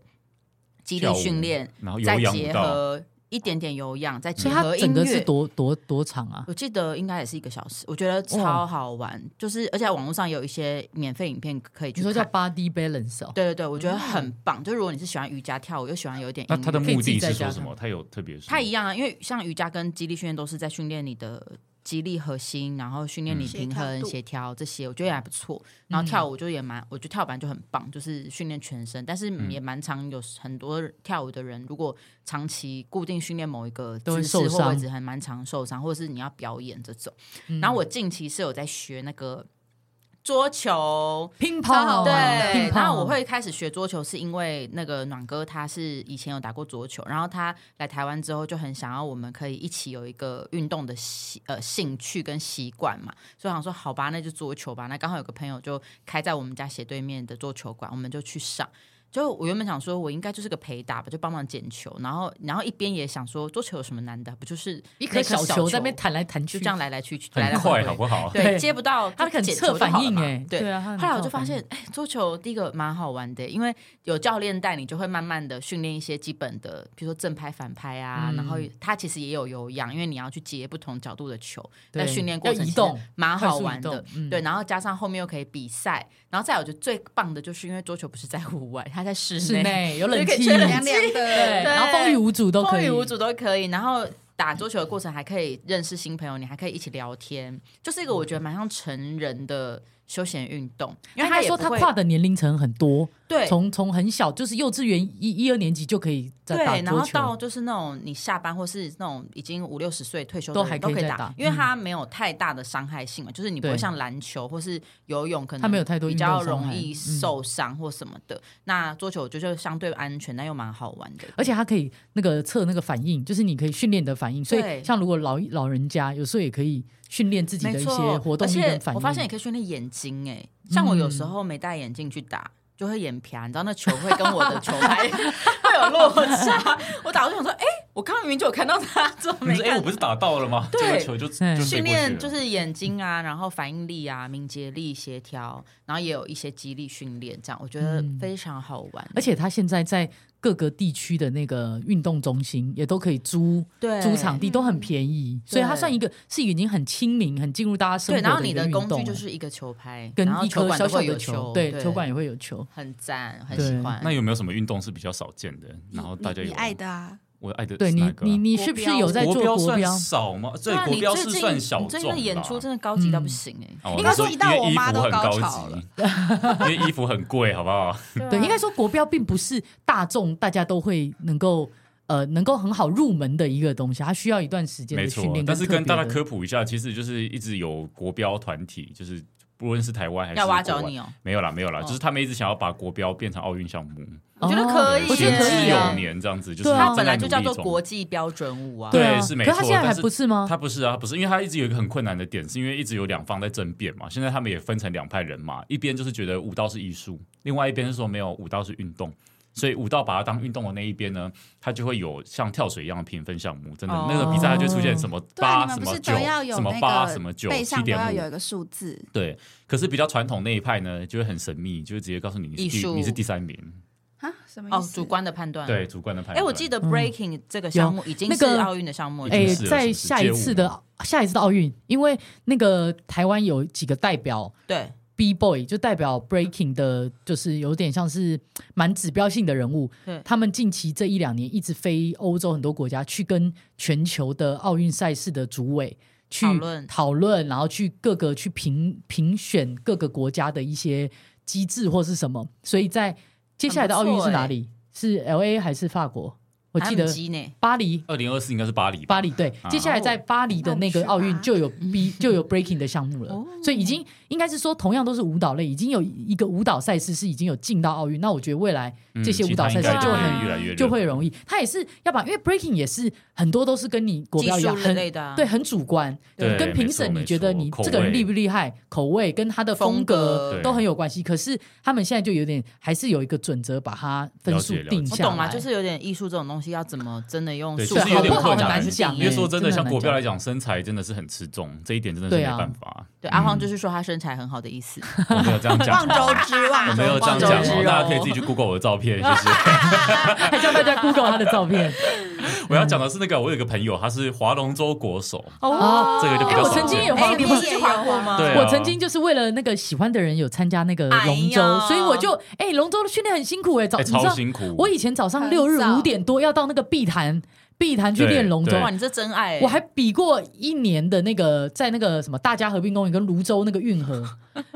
[SPEAKER 3] 肌力
[SPEAKER 2] 跳舞
[SPEAKER 3] 训练，
[SPEAKER 2] 然后
[SPEAKER 3] 再
[SPEAKER 2] 有氧舞
[SPEAKER 3] 结
[SPEAKER 2] 蹈，
[SPEAKER 3] 合一点点有氧，再
[SPEAKER 1] 所
[SPEAKER 3] 结
[SPEAKER 1] 以它
[SPEAKER 3] 合音
[SPEAKER 1] 整个是
[SPEAKER 3] 乐。
[SPEAKER 1] 多多多长啊？
[SPEAKER 3] 我记得应该也是一个小时，我觉得超好玩，就是而且网络上有一些免费影片可以去
[SPEAKER 1] 你
[SPEAKER 3] 看。
[SPEAKER 1] 说叫 body balance 哦，
[SPEAKER 3] 对对对，我觉得很棒。就如果你是喜欢瑜伽跳舞，又喜欢有一点音
[SPEAKER 2] 那
[SPEAKER 3] 乐
[SPEAKER 2] 他的
[SPEAKER 1] 可以
[SPEAKER 2] 目
[SPEAKER 1] 自己
[SPEAKER 2] 的
[SPEAKER 1] 在
[SPEAKER 2] 是
[SPEAKER 1] 家
[SPEAKER 2] 说什
[SPEAKER 1] 看
[SPEAKER 2] 么？他有特别说，
[SPEAKER 3] 它一样啊，因为像瑜伽跟肌力训练都是在训练你的肌力核心，然后训练你
[SPEAKER 4] 嗯
[SPEAKER 3] 平
[SPEAKER 4] 协调
[SPEAKER 3] 衡、
[SPEAKER 4] 度嗯
[SPEAKER 3] 协调这些，我觉得也还不
[SPEAKER 2] 嗯
[SPEAKER 3] 错。嗯然后跳舞就也蛮，我觉得跳板就很棒，就是训练全身，但是也蛮常有很多跳舞的人，如果长期固定训练某一个
[SPEAKER 1] 都会
[SPEAKER 3] 姿势
[SPEAKER 1] 受
[SPEAKER 3] 或
[SPEAKER 1] 伤
[SPEAKER 3] 位置，还蛮常受伤，或者是你要表演这种。
[SPEAKER 1] 嗯
[SPEAKER 3] 然后我近期是有在学那个桌球。
[SPEAKER 1] 乒
[SPEAKER 4] 超好
[SPEAKER 1] 乓，
[SPEAKER 4] 玩
[SPEAKER 1] 乒
[SPEAKER 3] 对
[SPEAKER 1] 乓，，
[SPEAKER 3] 然后我会开始学桌球，是因为那个暖哥他是以前有打过桌球，然后他来台湾之后就很想要我们可以一起有一个运动的习呃兴趣跟习惯嘛，所以我想说好吧，那就桌球吧。那刚好有个朋友就开在我们家斜对面的桌球馆，我们就去上。就我原本想说，我应该就是个陪打吧，就帮忙捡球，然后然后一边也想说桌球有什么难的，啊不就是
[SPEAKER 1] 一
[SPEAKER 3] 那
[SPEAKER 1] 颗小球
[SPEAKER 3] 球
[SPEAKER 1] 在那边弹来弹去，
[SPEAKER 3] 就这样来来去去，来
[SPEAKER 2] 很
[SPEAKER 3] 来回
[SPEAKER 2] 快
[SPEAKER 3] 回
[SPEAKER 2] 好不好？
[SPEAKER 1] 对
[SPEAKER 3] 对，接不到
[SPEAKER 1] 他可能
[SPEAKER 3] 捡
[SPEAKER 1] 侧
[SPEAKER 3] 球就
[SPEAKER 1] 反
[SPEAKER 3] 好了
[SPEAKER 1] 应
[SPEAKER 3] 嘛
[SPEAKER 1] 哎，
[SPEAKER 3] 对。
[SPEAKER 1] 啊，他
[SPEAKER 3] 后来我
[SPEAKER 1] 很靠
[SPEAKER 3] 就发
[SPEAKER 1] 反
[SPEAKER 3] 现，哎，桌球第一个蛮好玩的，因为有教练带你，就会慢慢的训练一些基本的，比如说正拍、反拍啊，
[SPEAKER 1] 嗯
[SPEAKER 3] 然后它其实也有有氧，因为你要去接不同角度的球，
[SPEAKER 1] 对
[SPEAKER 3] 在训练过程
[SPEAKER 1] 要移
[SPEAKER 3] 其实
[SPEAKER 1] 动
[SPEAKER 3] 蛮好玩
[SPEAKER 1] 快速
[SPEAKER 3] 的
[SPEAKER 1] 移动嗯。
[SPEAKER 3] 对，然后加上后面又可以比赛，然后再有我觉得最棒的就是因为桌球不是在户外，它在室
[SPEAKER 1] 室内有
[SPEAKER 3] 就
[SPEAKER 1] 冷
[SPEAKER 3] 可以
[SPEAKER 1] 气，
[SPEAKER 3] 吹
[SPEAKER 1] 对
[SPEAKER 3] 冷
[SPEAKER 4] 凉凉的，
[SPEAKER 1] 然后风雨无阻都可
[SPEAKER 3] 风
[SPEAKER 1] 以，
[SPEAKER 3] 雨无阻都可以。然后打桌球的过程还可以认识新朋友，你还可以一起聊天，就是一个我觉得蛮像成人的休闲运动，因为
[SPEAKER 1] 应
[SPEAKER 3] 他
[SPEAKER 1] 该
[SPEAKER 3] 也
[SPEAKER 1] 说
[SPEAKER 3] 不
[SPEAKER 1] 他
[SPEAKER 3] 会
[SPEAKER 1] 跨的年龄层很多，
[SPEAKER 3] 对。
[SPEAKER 1] 从从很小就是幼稚园一一二年级就可以在
[SPEAKER 3] 对
[SPEAKER 1] 打，
[SPEAKER 3] 然
[SPEAKER 1] 桌
[SPEAKER 3] 后
[SPEAKER 1] 球
[SPEAKER 3] 到，就是那种你下班或是那种已经五六十岁退休
[SPEAKER 1] 都
[SPEAKER 3] 的
[SPEAKER 1] 还
[SPEAKER 3] 人
[SPEAKER 1] 可以
[SPEAKER 3] 都可以
[SPEAKER 1] 再
[SPEAKER 3] 打，
[SPEAKER 1] 打嗯
[SPEAKER 3] 因为它没有太大的伤害性嘛，就是你不会
[SPEAKER 1] 对
[SPEAKER 3] 像篮球或是游泳，可能
[SPEAKER 1] 它没有太多
[SPEAKER 3] 比
[SPEAKER 1] 运动
[SPEAKER 3] 较
[SPEAKER 1] 伤害
[SPEAKER 3] 容易
[SPEAKER 1] 嗯
[SPEAKER 3] 受伤或什么的。那桌球我觉得就相对安全，但又蛮好玩的。
[SPEAKER 1] 而且他可以那个测那个反应，就是你可以训练你的反应。所以
[SPEAKER 3] 对
[SPEAKER 1] 像如果老老人家有时候也可以训练自己
[SPEAKER 3] 没
[SPEAKER 1] 的一
[SPEAKER 3] 错，
[SPEAKER 1] 些活动
[SPEAKER 3] 而
[SPEAKER 1] 力
[SPEAKER 3] 且
[SPEAKER 1] 跟反应。
[SPEAKER 3] 我发现也可以训练眼睛哎、像我有时候没戴眼镜去打。就会眼皮啊，你知道那球会跟我的球拍 会有落差。我打我就想说，哎、我刚刚明明就有看到他，怎么
[SPEAKER 2] 你
[SPEAKER 3] 没
[SPEAKER 2] 说哎，
[SPEAKER 3] 看
[SPEAKER 2] 我不？是打到了吗？
[SPEAKER 3] 对
[SPEAKER 2] 这个球就就
[SPEAKER 1] 嗯
[SPEAKER 2] 飞过去
[SPEAKER 3] 训练就
[SPEAKER 2] 了
[SPEAKER 3] 是眼睛啊，然后反应力啊、敏捷力、协调，然后也有一些肌力训练，这样我觉得
[SPEAKER 1] 嗯
[SPEAKER 3] 非常好玩。
[SPEAKER 1] 而且他现在在各个地区的那个运动中心也都可以租
[SPEAKER 3] 对
[SPEAKER 1] 租场地，都很便宜，所以它
[SPEAKER 3] 对
[SPEAKER 1] 算一个是已经很亲民、很进入大家生活
[SPEAKER 3] 对，然后你
[SPEAKER 1] 一个
[SPEAKER 3] 的
[SPEAKER 1] 运
[SPEAKER 3] 工具
[SPEAKER 1] 动
[SPEAKER 3] 就
[SPEAKER 1] 了
[SPEAKER 3] 是一个球拍，
[SPEAKER 1] 跟
[SPEAKER 3] 然后
[SPEAKER 1] 一
[SPEAKER 3] 球
[SPEAKER 1] 颗
[SPEAKER 3] 馆
[SPEAKER 1] 小
[SPEAKER 3] 都
[SPEAKER 1] 小
[SPEAKER 3] 会
[SPEAKER 1] 的
[SPEAKER 3] 有
[SPEAKER 1] 球，
[SPEAKER 3] 对，
[SPEAKER 1] 球馆也会有球。
[SPEAKER 3] 很赞，很
[SPEAKER 1] 对
[SPEAKER 3] 喜欢。
[SPEAKER 2] 那有没有什么运动是比较少见的？然后大家
[SPEAKER 4] 你
[SPEAKER 2] 有
[SPEAKER 4] 你爱的啊，
[SPEAKER 2] 我爱的
[SPEAKER 1] 对
[SPEAKER 2] 是
[SPEAKER 1] 你
[SPEAKER 2] 哪个啊，
[SPEAKER 1] 你你是不是有在
[SPEAKER 2] 国
[SPEAKER 1] 做
[SPEAKER 2] 标
[SPEAKER 1] 国
[SPEAKER 2] 算
[SPEAKER 1] 标？
[SPEAKER 2] 少吗？对
[SPEAKER 3] 哇，
[SPEAKER 2] 国
[SPEAKER 3] 啊你
[SPEAKER 2] 标
[SPEAKER 3] 最
[SPEAKER 2] 是
[SPEAKER 3] 近
[SPEAKER 2] 算小
[SPEAKER 3] 你最近
[SPEAKER 2] 众
[SPEAKER 3] 的
[SPEAKER 2] 啦。
[SPEAKER 3] 演出真的高级
[SPEAKER 1] 嗯
[SPEAKER 3] 到不行哎、
[SPEAKER 2] 哦
[SPEAKER 4] 应该说
[SPEAKER 2] 那时候
[SPEAKER 4] 一到
[SPEAKER 2] 因为
[SPEAKER 4] 我妈
[SPEAKER 2] 衣服
[SPEAKER 4] 都
[SPEAKER 2] 很
[SPEAKER 4] 高
[SPEAKER 2] 级
[SPEAKER 4] 潮了
[SPEAKER 2] 因为衣服很贵，好 不好？
[SPEAKER 3] 啊
[SPEAKER 1] 对，应该说国标并不是大众大家都会能够呃能够很好入门的一个东西，它需要一段时间
[SPEAKER 2] 没
[SPEAKER 1] 的
[SPEAKER 2] 错
[SPEAKER 1] 训练。，
[SPEAKER 2] 但是
[SPEAKER 1] 跟
[SPEAKER 2] 跟大家
[SPEAKER 1] 科
[SPEAKER 2] 科普一下，其实就是一直有国标团体，就是不论是台湾还是
[SPEAKER 3] 要挖
[SPEAKER 2] 国
[SPEAKER 3] 角
[SPEAKER 2] 外
[SPEAKER 3] 你哦、
[SPEAKER 2] 没有啦，没有啦，
[SPEAKER 3] 哦
[SPEAKER 2] 就是他们一直想要把国标变成奥运项目，
[SPEAKER 3] 我觉得可以
[SPEAKER 1] 哦我觉得
[SPEAKER 3] 耶
[SPEAKER 1] 可
[SPEAKER 2] 是
[SPEAKER 1] 以啊
[SPEAKER 2] 有。年这样子，就是
[SPEAKER 1] 对啊
[SPEAKER 2] 他
[SPEAKER 3] 它本来就叫做国际标准舞啊。
[SPEAKER 1] 对啊，
[SPEAKER 2] 对是没
[SPEAKER 1] 可它
[SPEAKER 2] 错
[SPEAKER 1] 现在还
[SPEAKER 2] 但是
[SPEAKER 1] 不是吗？
[SPEAKER 2] 他不是啊，他不是，因为他一直有一个很困难的点，是因为一直有两方在争辩嘛。现在他们也分成两派人马，一边就是觉得武道是艺术，另外一边是说没有武道是运动。所以武道把它当运动的那一边呢，它就会有像跳水一样的评分项目，真的、
[SPEAKER 3] 哦
[SPEAKER 2] 那个比赛它就会出现什么
[SPEAKER 4] 对啊，
[SPEAKER 2] 八、
[SPEAKER 4] 你
[SPEAKER 2] 什
[SPEAKER 4] 们不
[SPEAKER 2] 么
[SPEAKER 4] 是
[SPEAKER 2] 九
[SPEAKER 4] 都要、有
[SPEAKER 2] 什么
[SPEAKER 4] 那
[SPEAKER 2] 八、
[SPEAKER 4] 个
[SPEAKER 2] 什么九
[SPEAKER 4] 背
[SPEAKER 2] 七
[SPEAKER 4] 上都要有
[SPEAKER 2] 点
[SPEAKER 4] 一
[SPEAKER 2] 五。
[SPEAKER 4] 个数字，
[SPEAKER 2] 对，可是比较传统那一派呢，就会很神秘，就会直接告诉你你是
[SPEAKER 3] 艺
[SPEAKER 2] 第
[SPEAKER 3] 术
[SPEAKER 2] 你是第三名，
[SPEAKER 4] 啊，什么意
[SPEAKER 3] 哦，
[SPEAKER 4] 思？
[SPEAKER 3] 主观的判断。
[SPEAKER 2] 对，。主观的判
[SPEAKER 3] 哎、
[SPEAKER 2] 断。
[SPEAKER 3] 我记得 breaking 这个项目已经
[SPEAKER 1] 嗯那
[SPEAKER 3] 是
[SPEAKER 1] 个
[SPEAKER 3] 奥运的项目了。
[SPEAKER 2] 已
[SPEAKER 1] 哎，
[SPEAKER 2] 经是了是
[SPEAKER 1] 在
[SPEAKER 2] 不是
[SPEAKER 1] 下一
[SPEAKER 2] 街舞
[SPEAKER 1] 次的下一次的奥运，因为那个台湾有几个代表
[SPEAKER 3] 对，
[SPEAKER 1] B boy 就代表 breaking 的，就是有点像是蛮指标性的人物
[SPEAKER 3] 对。
[SPEAKER 1] 他们近期这一两年一直飞欧洲很多国家，去跟全球的奥运赛事的主委去
[SPEAKER 3] 讨论
[SPEAKER 1] 讨论，然后去各个去评评选各个国家的一些机制或是什么。所以在接下来的奥运是哪里？是 L A 还是法国？我记得
[SPEAKER 3] 欸还很急呢。
[SPEAKER 1] 巴黎。
[SPEAKER 2] 二零二四应该是巴黎吧，
[SPEAKER 1] 巴黎对，
[SPEAKER 2] 啊
[SPEAKER 1] 接下来在巴黎的那个奥运就有 B 就有 breaking 的项目了
[SPEAKER 3] 哦，
[SPEAKER 1] 所以已经应该是说同样都是舞蹈类，已经有一个舞蹈赛事是已经有进到奥运，那我觉得未来
[SPEAKER 2] 嗯
[SPEAKER 1] 这些舞蹈赛事
[SPEAKER 2] 其他应该
[SPEAKER 1] 就
[SPEAKER 2] 会
[SPEAKER 1] 很
[SPEAKER 2] 越来越热
[SPEAKER 1] 就会容易，它也是要把因为 breaking 也是很多都是跟你国
[SPEAKER 3] 技
[SPEAKER 1] 标一
[SPEAKER 3] 术
[SPEAKER 1] 样很
[SPEAKER 3] 类的、啊，
[SPEAKER 1] 对，很主观，
[SPEAKER 2] 对
[SPEAKER 1] 跟评审
[SPEAKER 2] 没错
[SPEAKER 1] 你觉得你
[SPEAKER 2] 没错
[SPEAKER 1] 这个
[SPEAKER 2] 口味
[SPEAKER 1] 人厉不厉害，口味跟他的风
[SPEAKER 3] 风
[SPEAKER 1] 格
[SPEAKER 2] 格
[SPEAKER 1] 都很有关系。可是他们现在就有点还是有一个准则把它分数
[SPEAKER 2] 了解了解
[SPEAKER 1] 定
[SPEAKER 3] 我
[SPEAKER 1] 下来，
[SPEAKER 3] 懂了，就是有点艺术这种东西，要怎么真的用
[SPEAKER 2] 对，
[SPEAKER 3] 数
[SPEAKER 2] 就
[SPEAKER 1] 对
[SPEAKER 2] 是有点
[SPEAKER 1] 好不好
[SPEAKER 2] 困
[SPEAKER 1] 很
[SPEAKER 2] 难
[SPEAKER 1] 难讲
[SPEAKER 2] 因为说真
[SPEAKER 1] 真
[SPEAKER 2] 的，
[SPEAKER 1] 的
[SPEAKER 2] 像
[SPEAKER 1] 很难
[SPEAKER 2] 国标来讲，身材真的是很吃重，这一点真的是
[SPEAKER 1] 对
[SPEAKER 2] 没
[SPEAKER 1] 啊
[SPEAKER 2] 办法。
[SPEAKER 3] 对，阿黄就是说他身材很好的意思。
[SPEAKER 2] 我没有这样讲，啊
[SPEAKER 4] 望周知，
[SPEAKER 2] 我
[SPEAKER 4] 望
[SPEAKER 2] 没有
[SPEAKER 4] 周
[SPEAKER 2] 这样
[SPEAKER 4] 知。
[SPEAKER 2] 讲
[SPEAKER 3] 望周
[SPEAKER 2] 哦，
[SPEAKER 3] 知
[SPEAKER 2] 大家可以自己去 Google 我的照片，谢谢。
[SPEAKER 1] 还 叫大家 Google 他的照片。
[SPEAKER 2] 我要讲的是那个，我有一个朋友，他是划龙舟国手，
[SPEAKER 1] 哦
[SPEAKER 2] 这个就比
[SPEAKER 1] 哎，
[SPEAKER 2] 较
[SPEAKER 1] 我
[SPEAKER 2] 少
[SPEAKER 1] 曾
[SPEAKER 2] 见。
[SPEAKER 1] 经有
[SPEAKER 3] 哎、
[SPEAKER 1] 滑
[SPEAKER 3] 你
[SPEAKER 1] 过
[SPEAKER 3] 不，是去滑过吗？
[SPEAKER 2] 对啊
[SPEAKER 1] 我曾经就是为了那个喜欢的人有参加那个龙舟，
[SPEAKER 3] 哎呀
[SPEAKER 1] 所以我就哎，龙舟的训练很辛苦哎，早
[SPEAKER 2] 哎
[SPEAKER 1] 你知道
[SPEAKER 2] 超辛苦。
[SPEAKER 1] 我以前早上六日
[SPEAKER 4] 很早
[SPEAKER 1] 五点多要到那个碧潭碧潭去练龙舟
[SPEAKER 2] 对。
[SPEAKER 3] 哇，你这真爱、欸！
[SPEAKER 1] 我还比过一年的那个，在那个什么大家河滨公园跟泸州那个运河，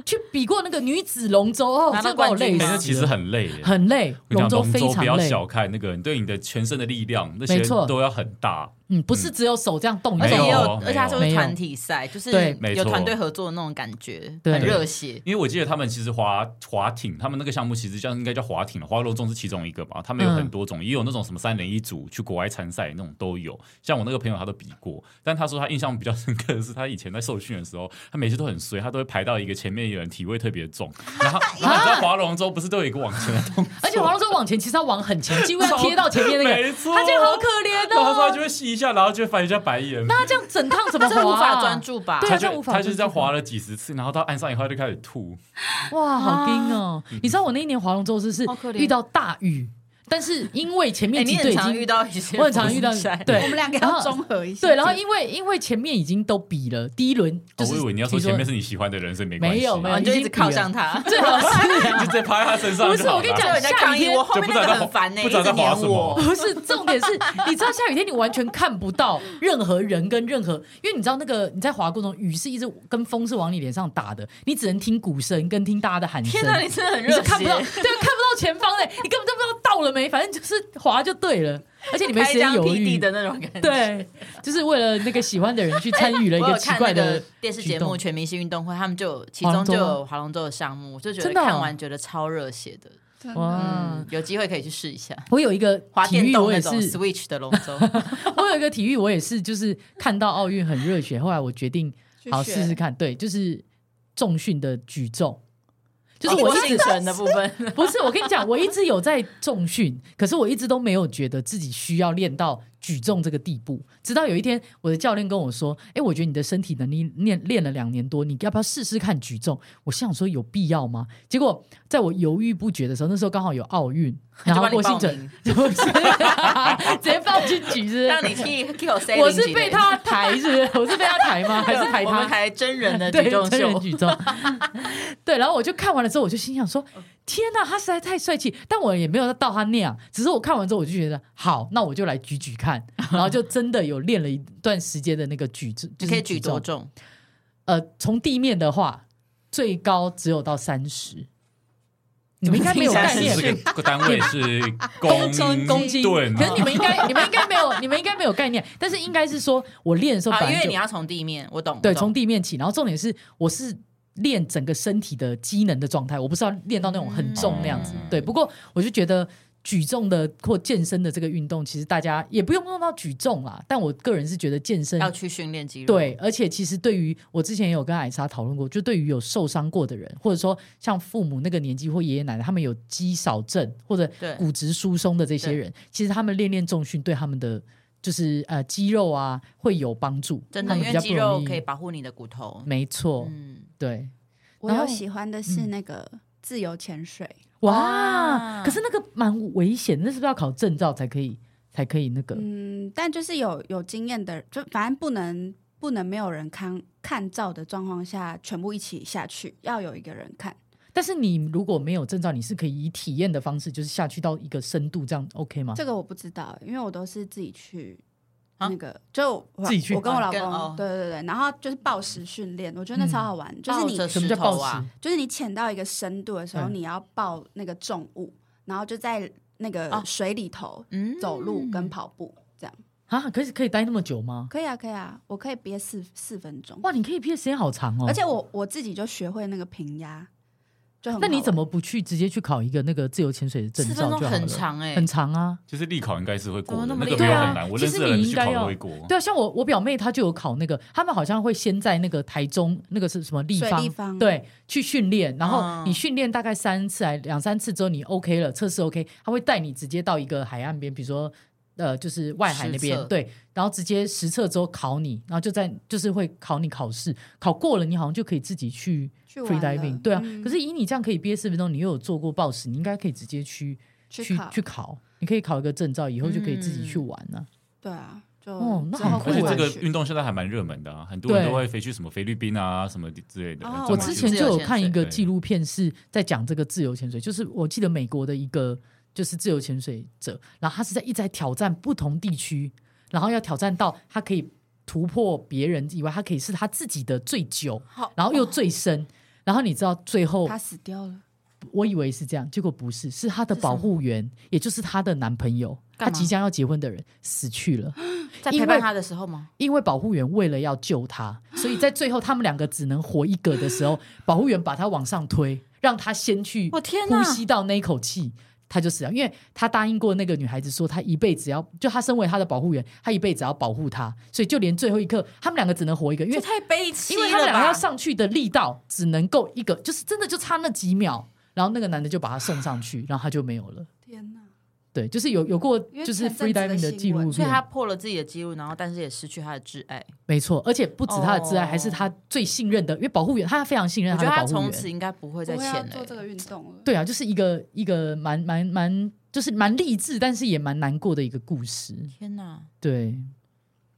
[SPEAKER 1] 去比过那个女子龙舟哦，
[SPEAKER 3] 拿
[SPEAKER 1] 真
[SPEAKER 3] 到
[SPEAKER 1] 的把我
[SPEAKER 3] 冠
[SPEAKER 1] 累
[SPEAKER 3] 军
[SPEAKER 1] 死
[SPEAKER 2] 哎
[SPEAKER 3] 吗
[SPEAKER 1] 了。
[SPEAKER 2] 那其实很累耶。
[SPEAKER 1] 很累，
[SPEAKER 2] 我跟
[SPEAKER 1] 龙
[SPEAKER 2] 你讲
[SPEAKER 1] 舟非
[SPEAKER 2] 舟不
[SPEAKER 1] 常
[SPEAKER 2] 要
[SPEAKER 1] 累。
[SPEAKER 2] 小看那个，你对你的全身的力量，那些
[SPEAKER 1] 没错
[SPEAKER 2] 都要很大。
[SPEAKER 1] 嗯，不是只有手这样动一
[SPEAKER 3] 而且
[SPEAKER 1] 动
[SPEAKER 3] 也
[SPEAKER 2] 没有
[SPEAKER 3] 而且它是
[SPEAKER 1] 没有
[SPEAKER 3] 团体赛，就是
[SPEAKER 1] 对
[SPEAKER 2] 没
[SPEAKER 3] 有
[SPEAKER 2] 错
[SPEAKER 3] 团队合作的那种感觉，
[SPEAKER 1] 对
[SPEAKER 3] 很热血。
[SPEAKER 2] 因为我记得他们其实划划艇，他们那个项目其实叫应该叫划艇，划龙舟是其中一个吧。他们有
[SPEAKER 1] 嗯
[SPEAKER 2] 很多种，也有那种什么三人一组去国外参赛那种都有。像我那个朋友他都比过，但他说他印象比较深刻的是，他以前在受训的时候，他每次都很衰，他都会排到一个前面有人体味特 别重，然后然后你知道划龙舟不是都有一个往前的动作，
[SPEAKER 1] 而且黄龙舟往前，其实要往很前，几乎要 贴到前面那个，
[SPEAKER 2] 没错，
[SPEAKER 1] 他这样好可
[SPEAKER 2] 然
[SPEAKER 1] 怜
[SPEAKER 2] 后他说
[SPEAKER 1] 哦
[SPEAKER 2] 他就。会吸一下，然后就会翻一下白眼。
[SPEAKER 1] 那他这样整趟怎么滑、啊？
[SPEAKER 3] 他真的无法专注吧？
[SPEAKER 1] 对啊
[SPEAKER 2] 他
[SPEAKER 1] 这样
[SPEAKER 2] 就
[SPEAKER 1] 无法
[SPEAKER 2] 他就是这样
[SPEAKER 1] 控制
[SPEAKER 2] 划了几十次，然后到岸上以后他就开始吐。
[SPEAKER 1] 哇，好硬哦！
[SPEAKER 2] 嗯
[SPEAKER 1] 你知道我那一年划龙舟是是
[SPEAKER 3] 好可怜
[SPEAKER 1] 遇到大雨，但是因为前
[SPEAKER 3] 哎，
[SPEAKER 1] 面
[SPEAKER 3] 你
[SPEAKER 1] 几队
[SPEAKER 3] 很
[SPEAKER 1] 已
[SPEAKER 3] 常
[SPEAKER 1] 经
[SPEAKER 3] 遇到一些，
[SPEAKER 1] 我很常遇到对
[SPEAKER 4] 我们两个
[SPEAKER 1] 然后
[SPEAKER 4] 要综合一 下。
[SPEAKER 1] 对，然后因为因为前面已经都比了，第一轮就
[SPEAKER 2] 哦
[SPEAKER 1] 是
[SPEAKER 2] 我以为你要说
[SPEAKER 1] 听
[SPEAKER 2] 前面是你喜欢的人，所以没关系。
[SPEAKER 1] 没有没有
[SPEAKER 3] 啊，你就一直靠向 他。
[SPEAKER 1] 最好是
[SPEAKER 2] 你就直接趴在他身上
[SPEAKER 1] 不
[SPEAKER 2] 就好了。
[SPEAKER 1] 是我跟你
[SPEAKER 3] 就有
[SPEAKER 1] 讲
[SPEAKER 3] 人在抗议我，后
[SPEAKER 2] 就
[SPEAKER 3] 面
[SPEAKER 2] 不
[SPEAKER 3] 那
[SPEAKER 2] 知道
[SPEAKER 3] 个
[SPEAKER 2] 在
[SPEAKER 3] 很烦呢，
[SPEAKER 2] 不
[SPEAKER 3] 一
[SPEAKER 2] 知道在
[SPEAKER 3] 直
[SPEAKER 2] 划
[SPEAKER 3] 黏
[SPEAKER 2] 什么
[SPEAKER 3] 我。
[SPEAKER 1] 不是重点是， 你知道下雨天你完全看不到任何人跟任何，因为你知道那个你在滑过程中，雨是一直跟风是往你脸上打的，你只能听鼓声跟听大家的喊声。
[SPEAKER 3] 天哪，你真的很
[SPEAKER 1] 你
[SPEAKER 3] 热
[SPEAKER 1] 是
[SPEAKER 3] 血，
[SPEAKER 1] 看不到，对，看不到前方的，你根本就不知道到了没，反正就是滑就对了，而且你没
[SPEAKER 3] 开
[SPEAKER 1] 时间
[SPEAKER 3] 疆
[SPEAKER 1] 犹
[SPEAKER 3] 辟
[SPEAKER 1] 豫
[SPEAKER 3] 地的那种感觉。，
[SPEAKER 1] 对，就是为了那个喜欢的人去参与了一
[SPEAKER 3] 我
[SPEAKER 1] 个
[SPEAKER 3] 有
[SPEAKER 1] 奇
[SPEAKER 3] 看
[SPEAKER 1] 怪
[SPEAKER 3] 那
[SPEAKER 1] 的
[SPEAKER 3] 个电视节
[SPEAKER 1] 举
[SPEAKER 3] 目
[SPEAKER 1] 动
[SPEAKER 3] 《全明星运动会》，他们就有其
[SPEAKER 1] 划
[SPEAKER 3] 中
[SPEAKER 1] 龙舟
[SPEAKER 3] 就
[SPEAKER 1] 吗
[SPEAKER 3] 有划龙舟的项目，就觉得
[SPEAKER 1] 真的哦
[SPEAKER 3] 看完觉得超热血的。
[SPEAKER 4] 真的
[SPEAKER 1] 哇
[SPEAKER 3] 嗯！，有机会可以去试一下。
[SPEAKER 1] 我有一个
[SPEAKER 3] 滑
[SPEAKER 1] 体
[SPEAKER 3] 电
[SPEAKER 1] 育，
[SPEAKER 3] 动
[SPEAKER 1] 我
[SPEAKER 3] 那
[SPEAKER 1] 也
[SPEAKER 3] 种
[SPEAKER 1] 是，
[SPEAKER 3] Switch 的龙舟，
[SPEAKER 1] 我有一个体育，我也是，就是看到奥运很热血，后来我决定
[SPEAKER 4] 去
[SPEAKER 1] 好
[SPEAKER 4] 学
[SPEAKER 1] 试试看，对，就是重训的举重， 就
[SPEAKER 3] 哦就是
[SPEAKER 1] 是我
[SPEAKER 3] 我
[SPEAKER 1] 一
[SPEAKER 3] 精
[SPEAKER 1] 直、
[SPEAKER 3] 神的部分。
[SPEAKER 1] 不是我跟你讲，我一直有在重训，可是我一直都没有觉得自己需要练到举重这个地步。直到有一天，我的教练跟我说：“哎，我觉得你的身体能力练练了两年多，你要不要试试看举重？”我心想说：“有必要吗？”结果在我犹豫不决的时候，那时候刚好有奥运，然后
[SPEAKER 3] 就帮你
[SPEAKER 1] 郭
[SPEAKER 3] 报
[SPEAKER 1] 信哲
[SPEAKER 3] 名
[SPEAKER 1] 直 接放进举是
[SPEAKER 3] 让
[SPEAKER 1] 不
[SPEAKER 3] 你替 Q C，
[SPEAKER 1] 是，我是被他抬是不是？我是被他抬吗？还是抬
[SPEAKER 3] 我们
[SPEAKER 1] 他？
[SPEAKER 3] 台真人的
[SPEAKER 1] 对
[SPEAKER 3] 举重
[SPEAKER 1] 真人
[SPEAKER 3] 秀，
[SPEAKER 1] 举重。 对，然后我就看完了之后，我就心想说：“
[SPEAKER 3] 嗯
[SPEAKER 1] 天哪，他实在太帅气！”但我也没有到他那样，只是我看完之后，我就觉得好，那我就来举举看，然后就真的有练了一段时间的那个举重，就
[SPEAKER 3] 你
[SPEAKER 1] 是
[SPEAKER 3] 可以举
[SPEAKER 1] 重
[SPEAKER 3] 多重？
[SPEAKER 1] 呃，从地面的话，最高只有到三十。你们应该没有
[SPEAKER 3] 怎么
[SPEAKER 1] 概
[SPEAKER 3] 听起
[SPEAKER 1] 念
[SPEAKER 3] 来，
[SPEAKER 2] 这个单位是
[SPEAKER 1] 公斤公斤，
[SPEAKER 3] 啊
[SPEAKER 2] 吨
[SPEAKER 1] 可是你们应该你们应该没有你们应该没有概念，但是应该是说我练的时候本
[SPEAKER 3] 啊，
[SPEAKER 1] 来
[SPEAKER 3] 因为
[SPEAKER 1] 就
[SPEAKER 3] 你要从地面，我懂，
[SPEAKER 1] 对，
[SPEAKER 3] 我懂
[SPEAKER 1] 从地面起。然后重点是，我是练整个身体的机能的状态，我不是要练到那种很重那样子。
[SPEAKER 3] 嗯
[SPEAKER 1] 对，不过我就觉得举重的或健身的这个运动，其实大家也不用用到举重啦。但我个人是觉得健身
[SPEAKER 3] 要去训练肌肉，，
[SPEAKER 1] 对，而且其实对于我之前也有跟艾莎讨论过，就对于有受伤过的人，或者说像父母那个年纪或爷爷奶奶，他们有肌少症或者
[SPEAKER 3] 对
[SPEAKER 1] 骨质疏松的这些
[SPEAKER 3] 对
[SPEAKER 1] 人，其实他们练练重训对他们的就是呃肌肉啊会有帮助，
[SPEAKER 3] 真
[SPEAKER 1] 他们
[SPEAKER 3] 的，因
[SPEAKER 1] 比
[SPEAKER 3] 为
[SPEAKER 1] 较
[SPEAKER 3] 肌
[SPEAKER 1] 不容
[SPEAKER 3] 肉
[SPEAKER 1] 易
[SPEAKER 3] 可以保护你的骨头，
[SPEAKER 1] 没错，
[SPEAKER 3] 嗯，
[SPEAKER 1] 对，
[SPEAKER 4] 我
[SPEAKER 1] 然后嗯
[SPEAKER 4] 有喜欢的是那个自由潜水，
[SPEAKER 1] 哇！
[SPEAKER 3] 哇
[SPEAKER 1] 可是那个蛮危险，那是不是要考证照才可以才可以那个？
[SPEAKER 4] 嗯，但就是有有经验的，就反正不能不能没有人看看照的状况下，全部一起下去，要有一个人看。
[SPEAKER 1] 但是你如果没有证照，你是可以以体验的方式，就是下去到一个深度，这样 OK 吗？
[SPEAKER 4] 这个我不知道，因为我都是自己去。
[SPEAKER 3] 啊
[SPEAKER 4] 那个就我
[SPEAKER 1] 自己去
[SPEAKER 4] 我跟我
[SPEAKER 3] 哦
[SPEAKER 4] 老
[SPEAKER 3] 跟
[SPEAKER 4] 公
[SPEAKER 3] 哦，
[SPEAKER 4] 对对对，然后就是暴食训练，我觉得那
[SPEAKER 1] 嗯
[SPEAKER 4] 超好玩。就是你
[SPEAKER 3] 抱着
[SPEAKER 1] 什么叫
[SPEAKER 3] 石
[SPEAKER 1] 暴
[SPEAKER 3] 头
[SPEAKER 1] 食？
[SPEAKER 3] 啊
[SPEAKER 4] 就是你潜到一个深度的时候，
[SPEAKER 1] 嗯
[SPEAKER 4] 你要抱那个重物，然后就在那个
[SPEAKER 3] 哦
[SPEAKER 4] 水里头
[SPEAKER 3] 嗯，
[SPEAKER 4] 走路跟跑步，这样
[SPEAKER 1] 啊，可是可以待那么久吗？
[SPEAKER 4] 可以啊，可以啊，我可以憋四四分钟，
[SPEAKER 1] 哇，你可以憋的时间好长哦。
[SPEAKER 4] 而且我我自己就学会那个平压，就很
[SPEAKER 1] 那
[SPEAKER 4] 好欸
[SPEAKER 1] 你
[SPEAKER 4] 玩
[SPEAKER 1] 怎么不去直接去考一个那个自由潜水的证
[SPEAKER 3] 四
[SPEAKER 1] 照
[SPEAKER 3] 分
[SPEAKER 1] 就
[SPEAKER 3] 钟
[SPEAKER 1] 好了？
[SPEAKER 3] 很长哎，
[SPEAKER 1] 很长啊。
[SPEAKER 2] 其实立考应该是会过的，
[SPEAKER 3] 怎么那么
[SPEAKER 2] 那个
[SPEAKER 3] 厉
[SPEAKER 2] 没有
[SPEAKER 1] 害
[SPEAKER 2] 很难。我认识的
[SPEAKER 1] 啊其实
[SPEAKER 2] 人
[SPEAKER 1] 你应
[SPEAKER 2] 去
[SPEAKER 1] 该
[SPEAKER 2] 考
[SPEAKER 1] 要
[SPEAKER 2] 都会过。
[SPEAKER 1] 对啊，像我我表妹她就有考那个，他们好像会先在那个台中那个是什么立
[SPEAKER 4] 水
[SPEAKER 1] 方
[SPEAKER 4] 立方
[SPEAKER 1] 对去训练，然后
[SPEAKER 3] 嗯
[SPEAKER 1] 你训练大概三次还两三次之后你 OK 了，测试 OK，他会带你直接到一个海岸边，比如说。呃，就是外海那
[SPEAKER 3] 实
[SPEAKER 1] 边
[SPEAKER 3] 测
[SPEAKER 1] 对，然后直接实测之后考你，然后就在就是会考你考试，考过了你好像就可以自己去
[SPEAKER 4] 去
[SPEAKER 1] free
[SPEAKER 4] 玩了
[SPEAKER 1] diving，对啊。
[SPEAKER 4] 嗯
[SPEAKER 1] 可是以你这样可以憋四分钟，你又有做过暴食，你应该可以直接去
[SPEAKER 4] 去考？
[SPEAKER 1] 去考，你可以考一个证照，以后就可以自己去
[SPEAKER 3] 嗯
[SPEAKER 1] 玩了、
[SPEAKER 4] 对啊，就
[SPEAKER 1] 哦那
[SPEAKER 4] 之
[SPEAKER 1] 很
[SPEAKER 4] 后
[SPEAKER 1] 酷
[SPEAKER 4] 会
[SPEAKER 2] 而且
[SPEAKER 1] 欸
[SPEAKER 2] 这
[SPEAKER 4] 玩
[SPEAKER 2] 个
[SPEAKER 4] 雪
[SPEAKER 2] 运动现在还蛮热门的啊，很多人
[SPEAKER 1] 对
[SPEAKER 2] 都会飞去什么菲律宾啊、什么之类的
[SPEAKER 4] 哦。
[SPEAKER 1] 我
[SPEAKER 2] 专门
[SPEAKER 1] 之
[SPEAKER 2] 去
[SPEAKER 1] 前
[SPEAKER 3] 自
[SPEAKER 1] 就
[SPEAKER 3] 由
[SPEAKER 1] 有
[SPEAKER 3] 潜
[SPEAKER 1] 看一
[SPEAKER 3] 水
[SPEAKER 1] 个
[SPEAKER 2] 对
[SPEAKER 1] 纪录片，是在讲这个自由潜水，就是我记得美国的一个就是自由潜水者，然后他是在一直在挑战不同地区，然后要挑战到他可以突破别人以外，他可以是他自己的最久，
[SPEAKER 4] 好，
[SPEAKER 1] 然后
[SPEAKER 3] 哦
[SPEAKER 1] 又最深。然后你知道最后
[SPEAKER 4] 他，死掉了，
[SPEAKER 1] 我以为是这样，结果不是，是她的
[SPEAKER 3] 是什么
[SPEAKER 1] 保护员，也就是她的男朋友，
[SPEAKER 3] 干
[SPEAKER 1] 她
[SPEAKER 3] 嘛
[SPEAKER 1] 即将要结婚的人死去了。
[SPEAKER 3] 在
[SPEAKER 1] 因
[SPEAKER 3] 陪伴
[SPEAKER 1] 为
[SPEAKER 3] 他的时候吗？
[SPEAKER 1] 因为保护员为了要救他， 所以在最后他们两个只能活一个的时候，保护员把他往上推，让他先去
[SPEAKER 3] 我天
[SPEAKER 1] 呼
[SPEAKER 3] 哪！
[SPEAKER 1] 吸到那一口气，他就死了。因为他答应过那个女孩子说，他一辈子要就他身为他的保护员，他一辈子要保护她，所以就连最后一刻，他们两个只能活一个，因
[SPEAKER 3] 这
[SPEAKER 1] 为
[SPEAKER 3] 太悲戚
[SPEAKER 1] 因为他们
[SPEAKER 3] 了
[SPEAKER 1] 两个要
[SPEAKER 3] 吧！
[SPEAKER 1] 上去的力道只能够一个，就是真的就差那几秒，然后那个男的就把他送上去，然后他就没有了。
[SPEAKER 4] 天哪！
[SPEAKER 1] 对，就是有有过
[SPEAKER 4] 因为
[SPEAKER 1] 就是
[SPEAKER 4] 前阵
[SPEAKER 1] free
[SPEAKER 4] 子的
[SPEAKER 1] diving 的
[SPEAKER 4] 新
[SPEAKER 1] 记录
[SPEAKER 4] 闻
[SPEAKER 1] 片，
[SPEAKER 3] 所以他破了自己的记录，然后但是也失去他的挚爱。
[SPEAKER 1] 没错，而且不止他的挚爱，
[SPEAKER 3] 哦
[SPEAKER 1] 还是他最信任的，因为保护员，他非常信任
[SPEAKER 3] 我觉
[SPEAKER 1] 的
[SPEAKER 3] 得他
[SPEAKER 1] 保护
[SPEAKER 3] 从此
[SPEAKER 1] 员。
[SPEAKER 3] 应该不会再
[SPEAKER 4] 我
[SPEAKER 3] 潜
[SPEAKER 4] 要
[SPEAKER 3] 了
[SPEAKER 4] 做这
[SPEAKER 3] 欸。
[SPEAKER 4] 个运动了。
[SPEAKER 1] 对啊，就是一个一个蛮蛮蛮，就是蛮励志，但是也蛮难过的一个故事。
[SPEAKER 3] 天哪！
[SPEAKER 1] 对，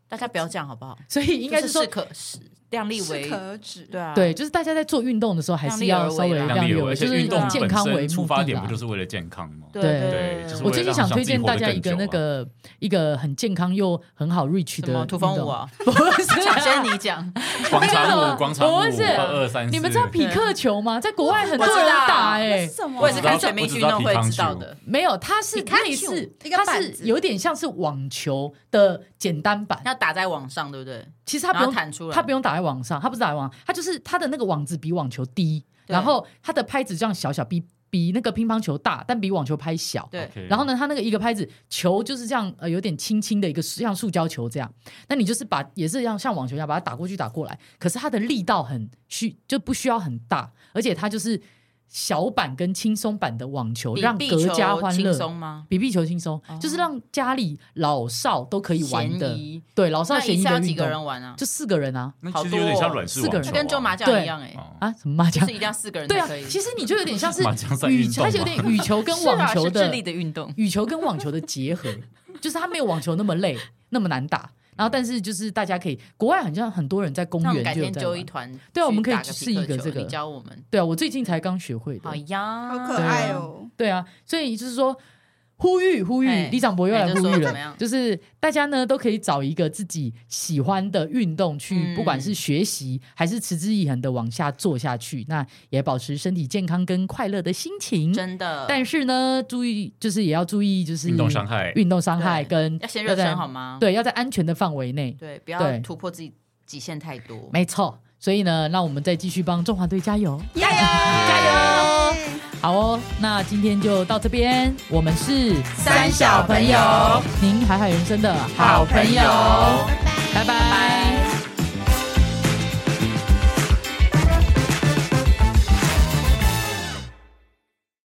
[SPEAKER 3] 大家不要这样好不好？
[SPEAKER 1] 所以应该是
[SPEAKER 3] 就
[SPEAKER 1] 说
[SPEAKER 3] 适，可是量力
[SPEAKER 4] 适
[SPEAKER 3] 为
[SPEAKER 4] 可而止。
[SPEAKER 3] 对啊，
[SPEAKER 1] 对，就是大家在做运动的时候，还是要稍微
[SPEAKER 3] 量
[SPEAKER 2] 量力
[SPEAKER 1] 力
[SPEAKER 2] 而
[SPEAKER 1] 而为，
[SPEAKER 2] 而且
[SPEAKER 1] 就是
[SPEAKER 2] 运
[SPEAKER 1] 以
[SPEAKER 2] 动
[SPEAKER 1] 健
[SPEAKER 2] 本
[SPEAKER 1] 康为
[SPEAKER 2] 身
[SPEAKER 1] 目
[SPEAKER 2] 出发
[SPEAKER 1] 的
[SPEAKER 2] 点不
[SPEAKER 1] 啦
[SPEAKER 2] 就。是为了健康吗？
[SPEAKER 3] 对
[SPEAKER 1] 对
[SPEAKER 2] 对就是
[SPEAKER 1] 我
[SPEAKER 2] 为
[SPEAKER 1] 最近
[SPEAKER 2] 了让
[SPEAKER 1] 想
[SPEAKER 2] 自
[SPEAKER 1] 推
[SPEAKER 2] 己
[SPEAKER 1] 荐
[SPEAKER 2] 活得
[SPEAKER 1] 大家
[SPEAKER 2] 更
[SPEAKER 1] 一个
[SPEAKER 2] 久
[SPEAKER 1] 那
[SPEAKER 2] 啊
[SPEAKER 1] 个一个很健康又很好 reach
[SPEAKER 3] 什
[SPEAKER 1] 的
[SPEAKER 3] 么
[SPEAKER 1] 运
[SPEAKER 3] 土风舞
[SPEAKER 1] 动，
[SPEAKER 3] 啊？
[SPEAKER 1] 不是
[SPEAKER 3] 抢先你 讲，
[SPEAKER 2] 广场
[SPEAKER 1] 那
[SPEAKER 2] 舞、
[SPEAKER 1] 个
[SPEAKER 2] 广场舞
[SPEAKER 1] 不是
[SPEAKER 2] 二二三四，
[SPEAKER 1] 你们知道匹克球吗？在国外很多
[SPEAKER 3] 我
[SPEAKER 1] 人
[SPEAKER 3] 知道
[SPEAKER 1] 打
[SPEAKER 4] 啊那
[SPEAKER 1] 哎
[SPEAKER 4] 是，什么？
[SPEAKER 3] 我也是看
[SPEAKER 2] 我知道
[SPEAKER 3] 全民运动会知道的。
[SPEAKER 1] 没有，它是类似
[SPEAKER 4] Pikachu，一，个
[SPEAKER 1] 它
[SPEAKER 4] 板
[SPEAKER 1] 是
[SPEAKER 4] 子
[SPEAKER 1] 有点像是网球的简单版。
[SPEAKER 3] 要打在网上，对不对？
[SPEAKER 1] 其实它
[SPEAKER 3] 然
[SPEAKER 1] 不
[SPEAKER 3] 后
[SPEAKER 1] 用，
[SPEAKER 3] 弹出来，
[SPEAKER 1] 它不用打在网上，它不是打在网上，它就是它的那个网子比网球低，
[SPEAKER 3] 对
[SPEAKER 1] 然后它的拍子这样小小，比比那个乒乓球大，但比网球拍小。
[SPEAKER 3] 对
[SPEAKER 2] OK
[SPEAKER 1] 然后？呢，它那个一个拍子球就是这样，呃，有点轻轻的一个像塑胶球这样。那你就是把也是一样像网球一样把它打过去打过来，可是它的力道很需就不需要很大，而且它就是小版跟轻松版的网球，
[SPEAKER 3] 比
[SPEAKER 1] 让
[SPEAKER 3] 壁
[SPEAKER 1] 各家
[SPEAKER 3] 球
[SPEAKER 1] 欢
[SPEAKER 3] 轻
[SPEAKER 1] 乐。
[SPEAKER 3] 松吗？
[SPEAKER 1] 比壁球轻松，
[SPEAKER 3] 哦
[SPEAKER 1] 就是让家里老少都可以玩
[SPEAKER 3] 嫌
[SPEAKER 1] 的。
[SPEAKER 3] 疑
[SPEAKER 1] 对，老少
[SPEAKER 3] 那
[SPEAKER 1] 咸
[SPEAKER 3] 一
[SPEAKER 1] 宜
[SPEAKER 3] 次要
[SPEAKER 1] 的
[SPEAKER 3] 几
[SPEAKER 1] 运
[SPEAKER 3] 个
[SPEAKER 1] 动，
[SPEAKER 3] 人玩啊？
[SPEAKER 1] 就四个人啊
[SPEAKER 2] 那
[SPEAKER 3] 好
[SPEAKER 2] 其实有点
[SPEAKER 3] 多哦
[SPEAKER 2] 像软式
[SPEAKER 1] 四个
[SPEAKER 2] 网
[SPEAKER 1] 人
[SPEAKER 2] 球
[SPEAKER 3] 那
[SPEAKER 2] 啊，
[SPEAKER 3] 跟做麻将
[SPEAKER 1] 对
[SPEAKER 3] 一 样哎，
[SPEAKER 2] 哦
[SPEAKER 1] 啊，什么麻
[SPEAKER 3] 就
[SPEAKER 1] 将
[SPEAKER 3] 是一？定要四个人
[SPEAKER 1] 对
[SPEAKER 3] 才
[SPEAKER 1] 啊
[SPEAKER 3] 可以。，
[SPEAKER 1] 其实你就有点像是
[SPEAKER 2] 麻将算
[SPEAKER 1] 羽，
[SPEAKER 2] 运动
[SPEAKER 1] 它是有
[SPEAKER 2] 吗
[SPEAKER 1] 点羽球 跟网球
[SPEAKER 3] 是啊是智
[SPEAKER 1] 的
[SPEAKER 3] 力的运动，
[SPEAKER 1] 羽球跟网球的结合，就是它没有网球那么累，那么难打。然后，但是就是大家可以，国外好像很多人在公
[SPEAKER 3] 那我
[SPEAKER 1] 园
[SPEAKER 3] 们改
[SPEAKER 1] 就有
[SPEAKER 3] 天
[SPEAKER 1] 在
[SPEAKER 3] 揪一
[SPEAKER 1] 玩。
[SPEAKER 3] 团去打皮克球，
[SPEAKER 1] 对啊我们可以试一个这个
[SPEAKER 3] 你教我们。
[SPEAKER 1] 对啊，我最近才刚学会的
[SPEAKER 3] 好。呀，
[SPEAKER 4] 好可爱哦。
[SPEAKER 1] 对啊，所以就是说，呼吁呼吁
[SPEAKER 3] 哎，
[SPEAKER 1] 李长博又来
[SPEAKER 3] 哎就
[SPEAKER 1] 呼吁
[SPEAKER 3] 说怎么
[SPEAKER 1] 了
[SPEAKER 3] 样，
[SPEAKER 1] 就是大家呢都可以找一个自己喜欢的运动去，
[SPEAKER 3] 嗯
[SPEAKER 1] 不管是学习还是持之以恒的往下做下去，那也保持身体健康跟快乐的心情。
[SPEAKER 3] 真的。
[SPEAKER 1] 但是呢，注意就是也要注意，就是
[SPEAKER 2] 运动伤害，
[SPEAKER 1] 运动伤害
[SPEAKER 3] 对
[SPEAKER 1] 跟
[SPEAKER 3] 要先热身
[SPEAKER 1] 在
[SPEAKER 3] 好吗？
[SPEAKER 1] 对，要在安全的范围内，
[SPEAKER 3] 对，不要
[SPEAKER 1] 对
[SPEAKER 3] 突破自己极限太多。
[SPEAKER 1] 没错。所以呢，让我们再继续帮中华队加油，
[SPEAKER 4] 加油
[SPEAKER 1] 加油！！好哦，那今天就到这边，我们是
[SPEAKER 3] 三小朋友
[SPEAKER 1] 您海海人生的
[SPEAKER 3] 好朋友
[SPEAKER 1] 拜拜。